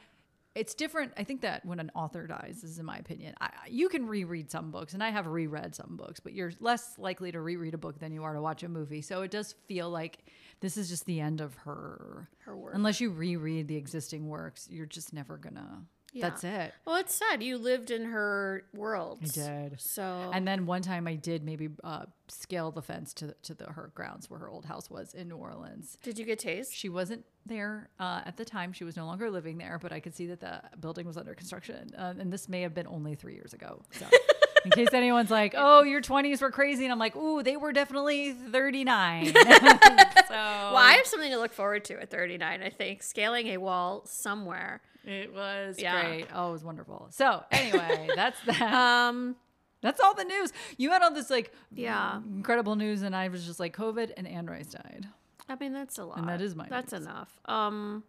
It's different. I think that when an author dies, this is in my opinion, I, I- you can reread some books, and I have reread some books, but you're less likely to reread a book than you are to watch a movie. So it does feel like this is just the end of her. Her work. Unless you reread the existing works, you're just never gonna. Yeah. That's it. Well, it's sad. You lived in her world. I did. So And then one time I did maybe uh, scale the fence to to the, her grounds where her old house was in New Orleans. did you get taste? She wasn't there uh, at the time. She was no longer living there, but I could see that the building was under construction. Um, and this may have been only three years ago. So. In case anyone's like, "Oh, your twenties were crazy," and I'm like, "Ooh, they were definitely 39." so Oh. Well, I have something to look forward to at 39. I think scaling a wall somewhere. it was Yeah. great. Oh, it was wonderful. So anyway, that's that. Um, That's all the news. You had all this like Yeah. incredible news, and I was just like COVID and Anne Rice died. I mean that's a lot. that is my That's news. enough. Um,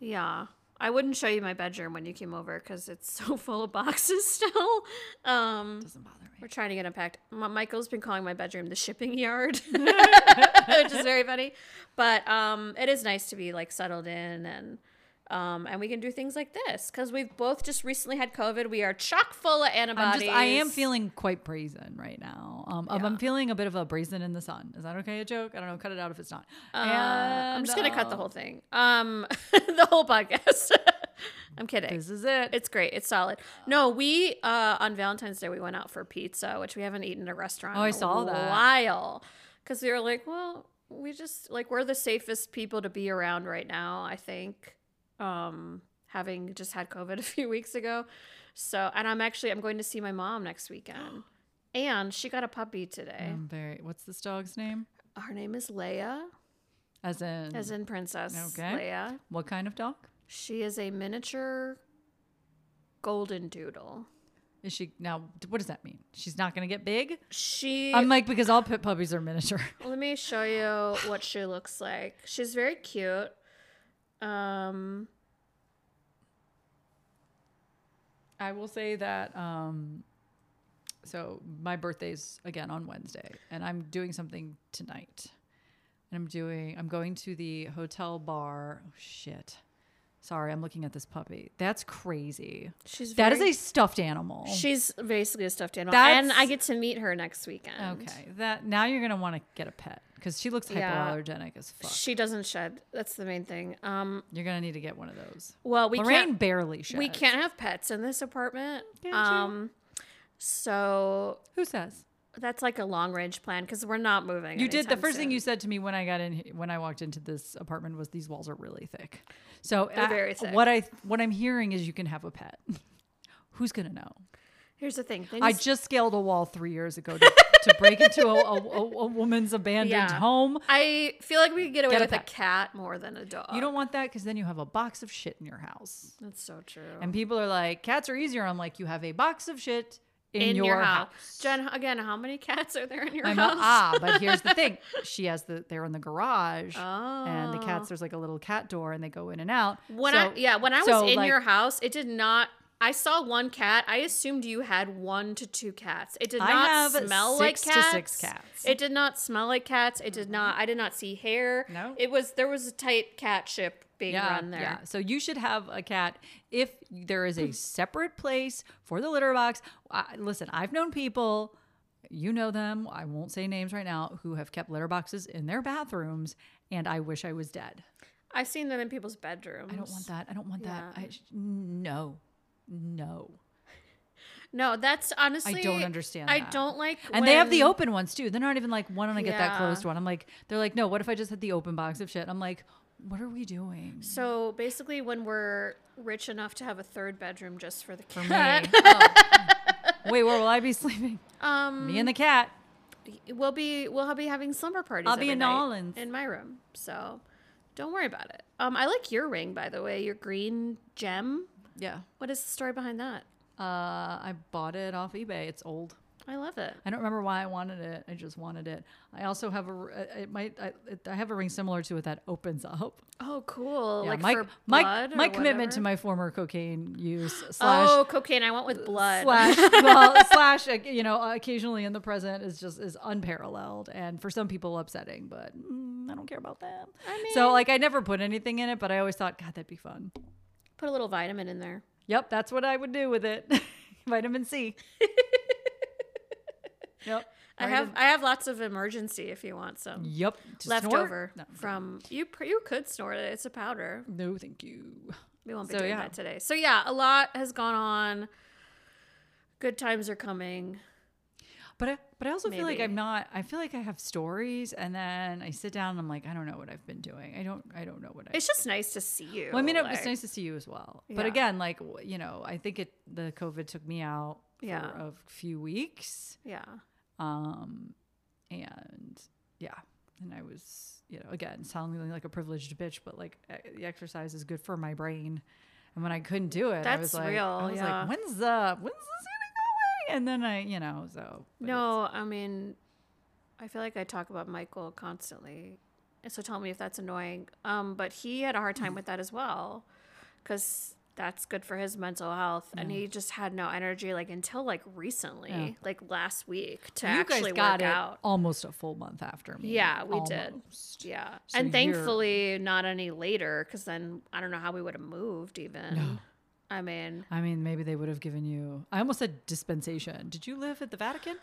yeah, I wouldn't show you my bedroom when you came over because it's so full of boxes still. Um, Doesn't bother me. We're trying to get unpacked. M- Michael's been calling my bedroom the shipping yard, which is very funny. But um, it is nice to be like settled in and um, and we can do things like this because we've both just recently had COVID. We are chock full of I'm antibodies. just, I am feeling quite brazen right now. Um, um, I'm feeling a bit of a brazen in the sun. Is that okay? A joke? I don't know. Cut it out if it's not. Uh, I'm just gonna cut the um, whole thing. Um, the whole podcast. I'm kidding. This is it. It's great. It's solid. No, we uh, on Valentine's Day we went out for pizza, which we haven't eaten at a restaurant. Oh, I in saw a that. While, because we were like, well, we just like we're the safest people to be around right now. I think, um, having just had COVID a few weeks ago, so and I'm actually I'm going to see my mom next weekend, and she got a puppy today. I'm very. What's this dog's name? Her name is Leia, As in, as in Princess Okay. Leia. what kind of dog? She is a miniature golden doodle. Is she now? What does that mean? She's not going to get big. She I'm like because all pit puppies are miniature. Let me show you what she looks like. She's very cute. Um, I will say that. Um, so my birthday's again on Wednesday, and I'm doing something tonight. And I'm doing. I'm going to the hotel bar. Oh shit! Sorry, I'm looking at this puppy. That's crazy. she's That is very, a stuffed animal. she's basically a stuffed animal, and I Oh. That's- get to meet her next weekend. okay, that now you're gonna want to get a pet because she looks Yeah. hypoallergenic as fuck. She doesn't shed. That's the main thing. Um, You're gonna need to get one of those. well, we Lorraine can't barely sheds. we can't have pets in this apartment. Can't you? Um, so Who says? that's like a long range plan because we're not moving. You did the anytime first thing soon. you said to me when I got in he- when I walked into this apartment was these walls are really thick. So They're I- very thick. what I what I'm hearing is you can have a pet. Who's gonna know? Here's the thing. Things, I just scaled a wall three years ago to, to break into a, a, a- a woman's abandoned Yeah. home. I feel like we could get away Get a with a pet. cat more than a dog. You don't want that because then you have a box of shit in your house. That's so true. And people are like, cats are easier. I'm like, you have a box of shit in, in, your, house. house. Jen, again, how many cats are there in your I'm house? not, ah, but here's the thing. She has the they're in the garage. Oh. And the cats, there's like a little cat door and they go in and out. When I So- yeah, when I so, was in like- your house, it did not. I saw one cat. I assumed you had one to two cats. It did I not have smell six like to cats. six cats. Mm-hmm. It did not smell like cats. It did not. I did not see hair. No. It was there was a tight cat ship being yeah, run there. Hmm. Yeah. So you should have a cat if there is a separate place for the litter box. I, listen, I've known people, you know them, I won't say names right now, who have kept litter boxes in their bathrooms, and I wish I was dead. I've seen them in people's bedrooms. I don't want that. I don't want that. Yeah. I sh- no, no. No, that's honestly. I don't understand. I that. don't like. And they have the when- open ones too. They're not even like, why don't I get that Yeah. closed one? I'm like, they're like, no. What if I just had the open box of shit? I'm like, what are we doing? So basically, when we're rich enough to have a third bedroom just for the For me. cat, Oh. Wait, where will I be sleeping? um, Me and the cat. we'll be we'll be having slumber parties. I'll be every in New night Orleans. in my room, so don't worry about it. Um, I like your ring, by the way, your green gem. Yeah. What is the story behind that? Uh, I bought it off eBay. It's old. I love it. I don't remember why I wanted it. I just wanted it. I also have a. r- uh, It might. I, it, I have a ring similar to it that opens up. Oh, cool. Yeah, like my for my blood or my commitment to whatever? my former cocaine use slash oh cocaine. I went with blood. slash well slash uh, you know occasionally in the present is just is unparalleled and for some people upsetting but mm, i don't care about that so like i never put anything in it but i always thought god that'd be fun Put a little vitamin in there. yep that's what i would do with it vitamin c yep I have I have lots of emergency if you want some yep To left snort? over no, from you. pr- You could snort it. It's a powder. no thank you We won't be So, doing yeah. that today. So yeah, a lot has gone on. Good times are coming. But I, but I also feel like Maybe. I'm not. I feel like I have stories, and then I sit down and I'm like, I don't know what I've been doing. I don't. I don't know what I. It's just nice to see you. well, I mean, it like- it's nice to see you as well. But Yeah. again, like w- you know, I think it the COVID took me out Yeah. for a few weeks, Yeah. um, and yeah, and I was you know again sounding like a privileged bitch, but like e- the exercise is good for my brain. And when I couldn't do it, I was That's like, real, I was yeah. like, when's the when's this gonna go away? And then I, you know, so but it's- No, I mean, I feel like I talk about Michael constantly. So tell me if that's annoying. Um, but he had a hard Mm. time with that as well, because that's good for his mental health, and he just had no energy like until like recently, Yeah. like last week to you actually guys got work it out. almost a full month after me. Yeah, we did. Almost. Yeah, So and you're- thankfully not any later, because then I don't know how we would have moved even. No. I mean, I mean, maybe they would have given you. I almost said dispensation. Did you live at the Vatican?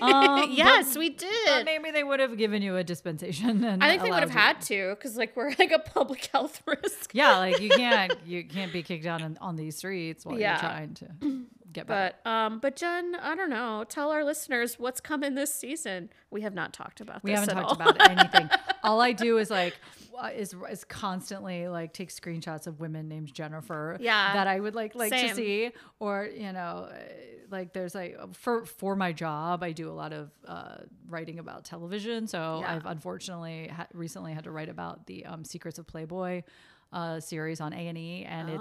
um, but- yes, we but did. maybe they would have given you a dispensation. And I think they would have allowed you- had to, because like we're like a public health risk. Yeah, like you can't you can't be kicked out on, on these streets while Yeah. you're trying to get better. But um, but Jen, I don't know. Tell our listeners what's coming this season. We have not talked about we this haven't at talked all. about anything. All I do is like uh, is is constantly like take screenshots of women named Jennifer. Yeah. that I would like like Same. to see, or you know, uh, like there's like for for my job, I do a lot of uh, writing about television. So Yeah. I've unfortunately ha- recently had to write about the um, Secrets of Playboy uh, series on A and E, and Oh.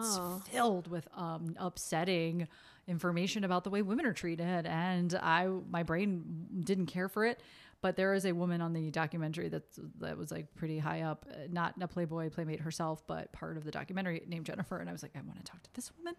it's filled with um, upsetting information about the way women are treated and i my brain didn't care for it but there is a woman on the documentary that's that was like pretty high up uh, not a playboy playmate herself but part of the documentary named jennifer and i was like i want to talk to this woman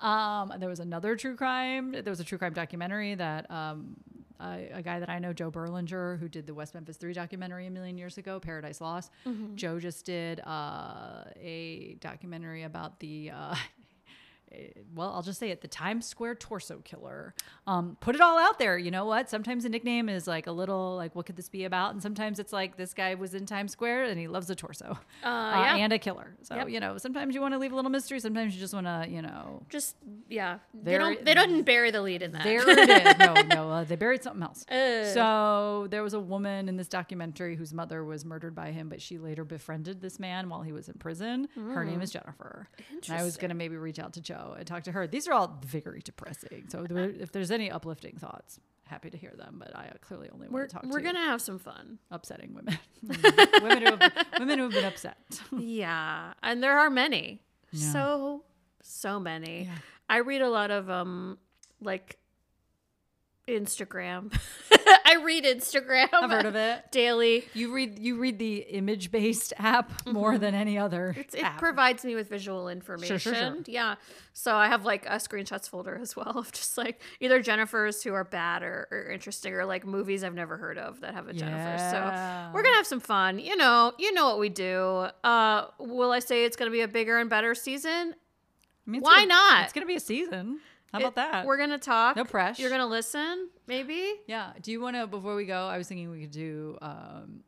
um and there was another true crime there was a true crime documentary that um a, a guy that I know, Joe Berlinger, who did the West Memphis 3 documentary a million years ago, Paradise Lost. Mm-hmm. Joe just did uh, a documentary about the uh, eh, well, I'll just say it, the Times Square torso killer. Um, put it all out there. You know what? Sometimes a nickname is like a little like, what could this be about? And sometimes it's like this guy was in Times Square and he loves a torso Uh, yeah. and a killer. So Yep. you know, sometimes you want to leave a little mystery. Sometimes you just want to, you know. Just yeah, they There- don't they don't bury the lead in that. There it is. No, no, uh, they buried something else. Ugh. So there was a woman in this documentary whose mother was murdered by him, but she later befriended this man while he was in prison. Her name is Hmm. Jennifer. And I was going to maybe reach out to Joe and talk to her. These are all very depressing. So there- if there's any uplifting thoughts, happy to hear them. But I uh, clearly only we're want to talk we're to gonna have some fun. upsetting women, women who have, women who have been upset. yeah, and there are many, Yeah. so so many. Yeah. I read a lot of um like Instagram. I read Instagram. I've heard of it. daily. You read you read the image based app more than any other. Mm-hmm. It's, it app. provides me with visual information. sure, sure. Yeah. So I have like a screenshots folder as well of just like either Jennifer's who are bad or, or interesting or like movies I've never heard of that have a Jennifer. So Yeah. we're gonna have some fun. You know, you know what we do. Uh, will I say it's gonna be a bigger and better season? I mean, it's why gonna- not? It's gonna be a season. How about that? We're gonna talk. No press. You're gonna listen, maybe. yeah. Do you want to? Before we go, I was thinking we could do um,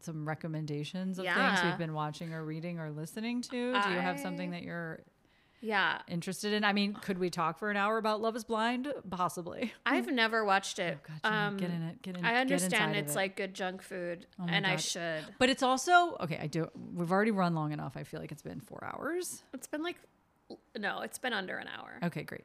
some recommendations of things Yeah. we've been watching or reading or listening to. Do you have something I- that you're Yeah. interested in? I mean, could we talk for an hour about Love Is Blind? Possibly. I've never watched it. Um, God, Jenna, get in it. Get in. I get understand inside of it's it. Oh like good junk food, my and I God. should. But it's also okay. I do. We've already run long enough. I feel like it's been four hours. It's been like, no, it's been under an hour. Okay, great.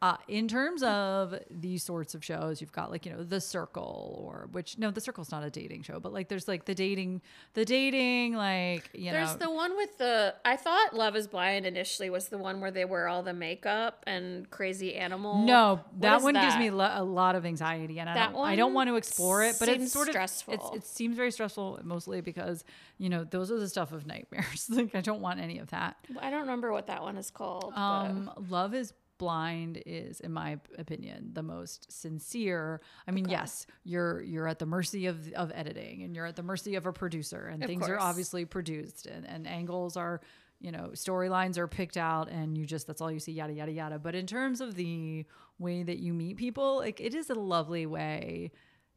Uh, in terms of these sorts of shows, you've got like you know The Circle, or which no, The Circle's not a dating show, but like there's like the dating, the dating like you There's know the one with the. I thought Love is Blind initially was the one where they wear all the makeup and crazy animal. No, What that is one gives that? me lo- a lot of anxiety, and I That don't, I don't one want to explore it. But it's seems sort of stressful. It's, it seems very stressful, mostly because you know those are the stuff of nightmares. like I don't want any of that. I don't remember what that one is called. Um, Love is Blind is, in my opinion, the most sincere. I mean, yes, you're you're at the mercy of of editing, and you're at the mercy of a producer, and things are course. obviously produced, and, and angles are, you know, storylines are picked out, and you just that's all you see, yada yada yada. But in terms of the way that you meet people, like it is a lovely way.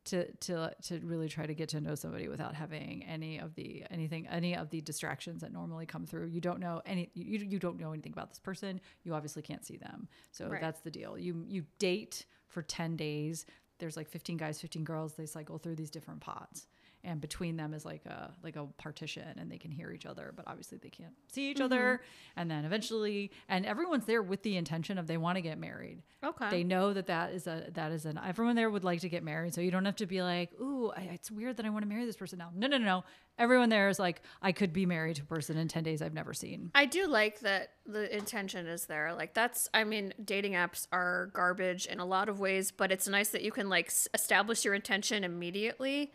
To, to, to really try to get to know somebody without having any of the anything any of the distractions that normally come through you don't know any you, you don't know anything about this person you obviously can't see them so Right. that's the deal you you date for 10 days there's like 15 guys 15 girls they cycle through these different pods and between them is like a like a partition and they can hear each other but obviously they can't see each other and then eventually and everyone's there with the intention of they want to get married but, okay. they know that that is a that is an everyone there would like to get married so you don't have to be like ooh I, it's weird that i want to marry this person now no no no no everyone there is like i could be married to a person in 10 days i've never seen I do like that the intention is there. Like that's I mean, dating apps are garbage in a lot of ways, but it's nice that you can like s- establish your intention immediately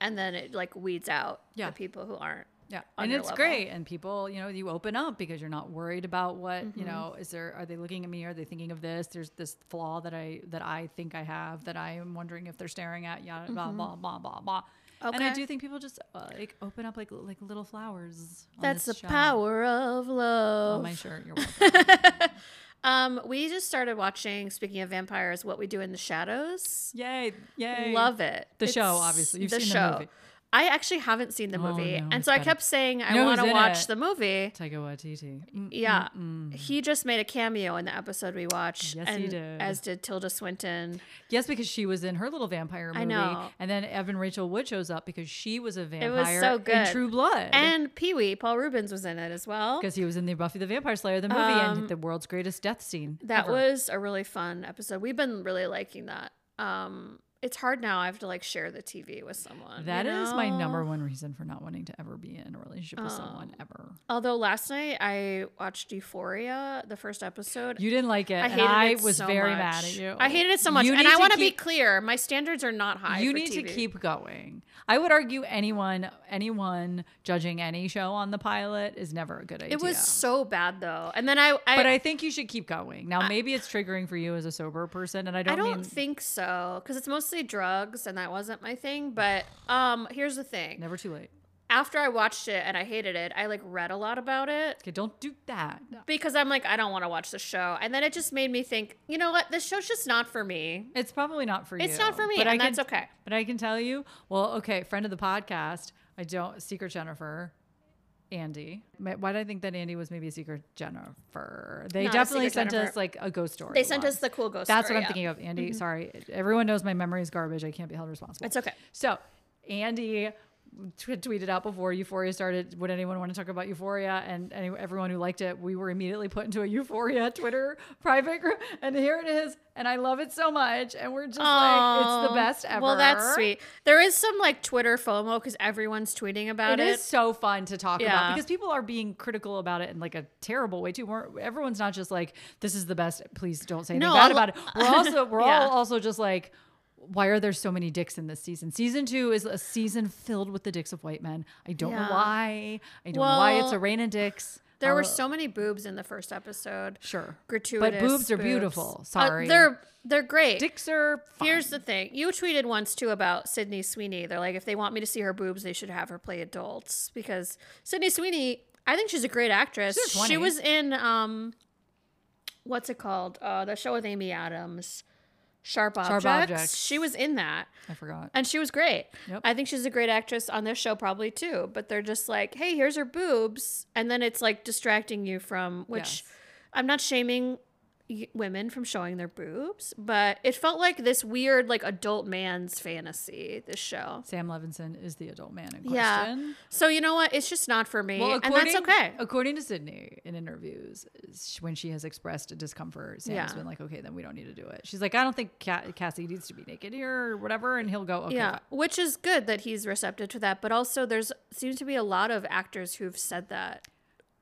and then it like weeds out Yeah. the people who aren't. yeah on and your it's level. great and people you know you open up because you're not worried about what you Mm-hmm. know is there are they looking at me are they thinking of this there's this flaw that i that i think i have that i am wondering if they're staring at yada blah blah blah blah blah and i Mm-hmm. Okay. do think people just uh, like open up like like little flowers on That's the this show. power of on love. my shirt you're welcome um we just started watching speaking of vampires, What We Do in the Shadows. Yay, yay. Love it. The show, obviously. You've seen the movie. I actually haven't seen the Oh, movie. no, and it's so I better. kept saying I You know want who's to in watch it? the movie. Taika Waititi. Mm. Yeah. He just made a cameo in the episode we watched. Yes, he and, did. As did Tilda Swinton. Yes, because she was in her little vampire movie. know. And then Evan Rachel Wood shows up because she was a vampire was so good. in True Blood. And Pee Wee, Paul Rubens was in it as well. because he was in the Buffy the Vampire Slayer, the movie, and the world's greatest death scene. Um, That ever. was a really fun episode. We've been really liking that. Um, it's hard now. I have to like share the TV with someone. That you is my know? number one reason for not wanting to ever be in a relationship with someone Oh. ever. Although last night I watched Euphoria, the first episode. You didn't like it, I and hated I it was so very much. mad at you. I hated it so much, You and need I to want to be keep- clear. My standards are not high. you for need to TV. keep going. I would argue anyone anyone judging any show on the pilot is never a good idea. It was so bad though, and then I. I but I think you should keep going. Now, maybe it's triggering for you as a sober person, and I don't, I don't mean think so because it's mostly drugs and that wasn't my thing. But um, here's the thing: never too late. after I watched it and I hated it, I like read a lot about it Okay, don't do that. because I'm like, I don't want to watch the show, and then it just made me think, you know what, this show's just not for me. It's probably not for you. It's not for me, but and I can, that's okay. But I can tell you, well, okay, friend of the podcast, I don't secret Jennifer. Andy, Ma- why did I think that Andy was maybe a secret Jennifer? They Not a definitely secret sent Jennifer. us like a ghost story. They sent once. us the cool ghost. That's story, what I'm yeah. Mm-hmm. thinking of, Andy. Sorry, everyone knows my memory is garbage. I can't be held responsible. It's okay. So, Andy t- tweeted out before Euphoria started, would anyone want to talk about Euphoria? And, and everyone who liked it, we were immediately put into a Euphoria Twitter private group. And here it is. And I love it so much. And we're just like, it's Aw. the best ever. Well, that's sweet. There is some like Twitter FOMO because everyone's tweeting about It it. is so fun to talk Yeah. about because people are being critical about it in like a terrible way too. We're, everyone's not just like, "This is the best." Please don't say anything No, bad a lo- about it. We're also we're Yeah. all also just like, why are there so many dicks in this season? Season two is a season filled with the dicks of white men. I don't Yeah. know why. I don't know why it's Well, a rain of dicks. There I'll- were so many boobs in the first episode. sure Gratuitous, but boobs are beautiful. Sorry, uh, they're they're great. dicks are. Fine. Here's the thing. You tweeted once too about Sydney Sweeney. They're like, if they want me to see her boobs, they should have her play adults because Sydney Sweeney. I think she's a great actress. She's she 20. was in um, what's it called? Uh, the show with Amy Adams, Sharp Objects. Objects. She was in that, I forgot. and she was great. Yep. I think she's a great actress on this show, probably too. But they're just like, hey, here's her boobs, and then it's like distracting you from which. Yes. I'm not shaming y- women from showing their boobs, but it felt like this weird like adult man's fantasy. This show. Sam Levinson is the adult man in question. Yeah. So you know what? It's just not for me, and that's okay. According to Sydney in interviews, sh- when she has expressed a discomfort, Sam's Yeah. been like, okay, then we don't need to do it. She's like, I don't think Ca- Cassie needs to be naked here or whatever. And he'll go, okay, yeah, fine. which is good that he's receptive to that, but also there's seems to be a lot of actors who've said that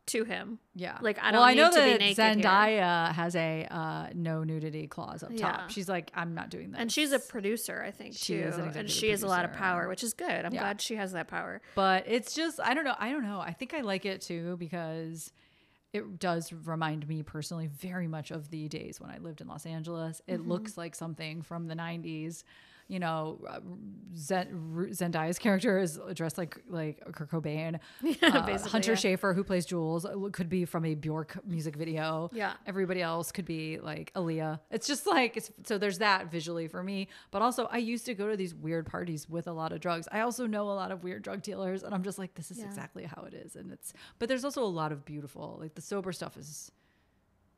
to him. Yeah. Like, I well, don't I know need to be that naked here. Zendaya has a uh, no nudity clause up Yeah. top. She's like, I'm not doing that. And she's a producer, I think, She too. is an and executive she has a lot of producer. power, which is good. I'm Yeah. glad she has that power. but it's just I don't know. I don't know. I think I like it too because it does remind me personally very much of the days when I lived in Los Angeles. It Mm-hmm. looks like something from the '90s. You know, uh, Zen- Ru- Zendaya's character is dressed like like Kurt Cobain. Uh, basically, Hunter yeah. Schafer, who plays Jules, uh, could be from a Bjork music video. Yeah. Everybody else could be like Aaliyah. It's just like it's, so. There's that visually for me, but also I used to go to these weird parties with a lot of drugs. I also know a lot of weird drug dealers, and I'm just like, this is Yeah. exactly how it is. And it's but there's also a lot of beautiful like the sober stuff is.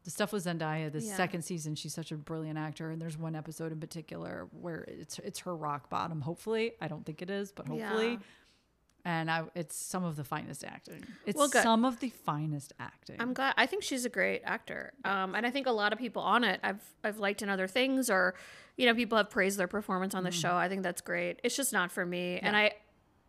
The stuff with Zendaya, the Yeah. second season, she's such a brilliant actor, and there's one episode in particular where it's it's her rock bottom. Hopefully, I don't think it is, but hopefully, Yeah. and I, it's some of the finest acting. It's Well, good. some of the finest acting. I'm glad. I think she's a great actor, um, and I think a lot of people on it, I've I've liked in other things, or you know, people have praised their performance on the Mm-hmm. show. I think that's great. It's just not for me, and I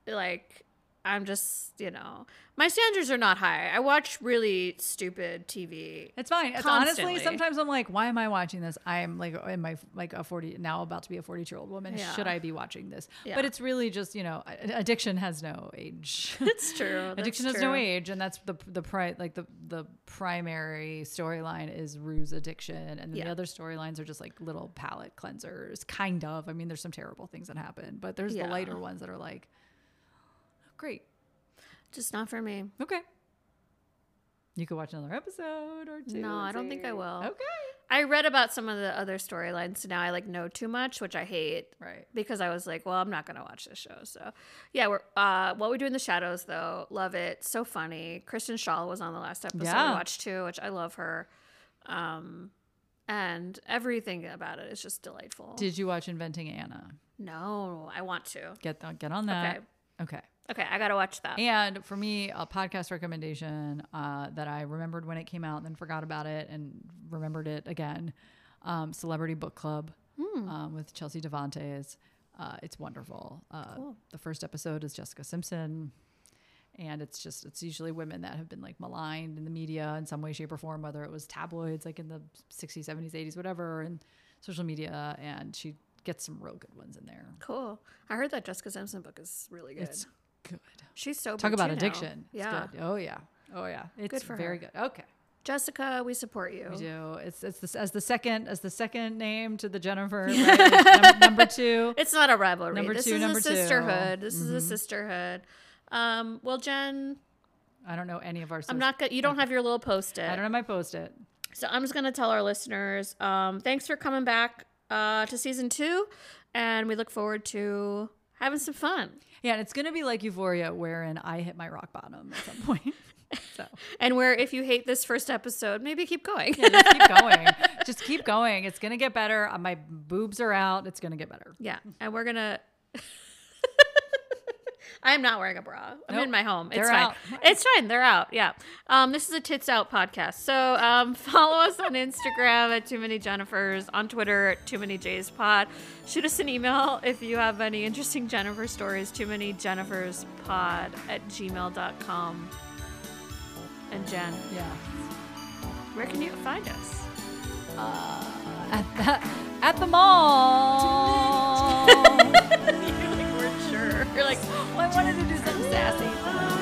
like. I'm just, you know, my standards are not high. I watch really stupid TV. it's fine. It's Constantly. honestly sometimes I'm like, why am I watching this? I am like, am I like a forty now about to be a forty year old woman? Yeah. Should I be watching this? Yeah. But it's really just you know, a- addiction has no age. It's true. that's addiction has no true. age, and that's the the pri- like the the primary storyline is Rue's addiction, and then Yeah. the other storylines are just like little palate cleansers, kind of. I mean, there's some terrible things that happen, but there's Yeah. the lighter ones that are like, "Oh, great, Just not for me. Okay. You could watch another episode or two. No, I don't think I Lindsay. will. Okay. I read about some of the other storylines, so now I like know too much, which I hate. Right. because I was like, well, I'm not gonna watch this show. So yeah, we're uh what we do in the shadows though, love it. So funny. Kristen Shaw was on the last episode Yeah. we watched too, which I love her. Um and everything about it is just delightful. Did you watch Inventing Anna? no, I want to. Get on, get on that. Okay. Okay. Okay, I gotta watch that. And for me, a podcast recommendation uh, that I remembered when it came out and then forgot about it and remembered it again um, Celebrity Book Club um, with Chelsea Devantes. Uh, it's wonderful. Uh, The first episode is Jessica Simpson. And it's just, it's usually women that have been like maligned in the media in some way, shape, or form, whether it was tabloids like in the 60s, 70s, 80s, whatever, and social media. And she gets some real good ones in there. Cool. I heard that Jessica Simpson book is really good. It's good. She's so Talk about addiction. It's Yeah. good. Oh yeah. Oh yeah. It's for Oh. very good. Okay. Jessica, we support you. We do. It's it's the, as the second as the second name to the Jennifer. Right? Num- number two. It's not a rivalry. Number this two, is number a two. Mm-hmm. sisterhood. This is a sisterhood. Um, well, Jen, I don't know any of our. I'm not gonna. You don't have your little post I don't it, have my post it. so I'm just gonna tell our listeners. Um, thanks for coming back uh, to season two, and we look forward to having some fun. Yeah, and it's gonna be like Euphoria, wherein I hit my rock bottom at some point. so And where if you hate this first episode, maybe keep going. yeah, just keep going. Just keep going. It's gonna get better. Uh, My boobs are out. It's gonna get better. yeah, and we're gonna. I am not wearing a bra. I'm Nope. in my home. It's They're fine. out. It's fine. They're out. Yeah. Um, this is a tits out podcast. So um, follow us on Instagram at Too Many Jennifers, on Twitter at Too Many Jays Pod. Shoot us an email if you have any interesting Jennifer stories. Too Many Jennifers Pod at gmail.com. And Jen, Yeah. where can you find us? Uh, At the, at the mall. You're like, we're sure. You're like, I wanted to do something sassy.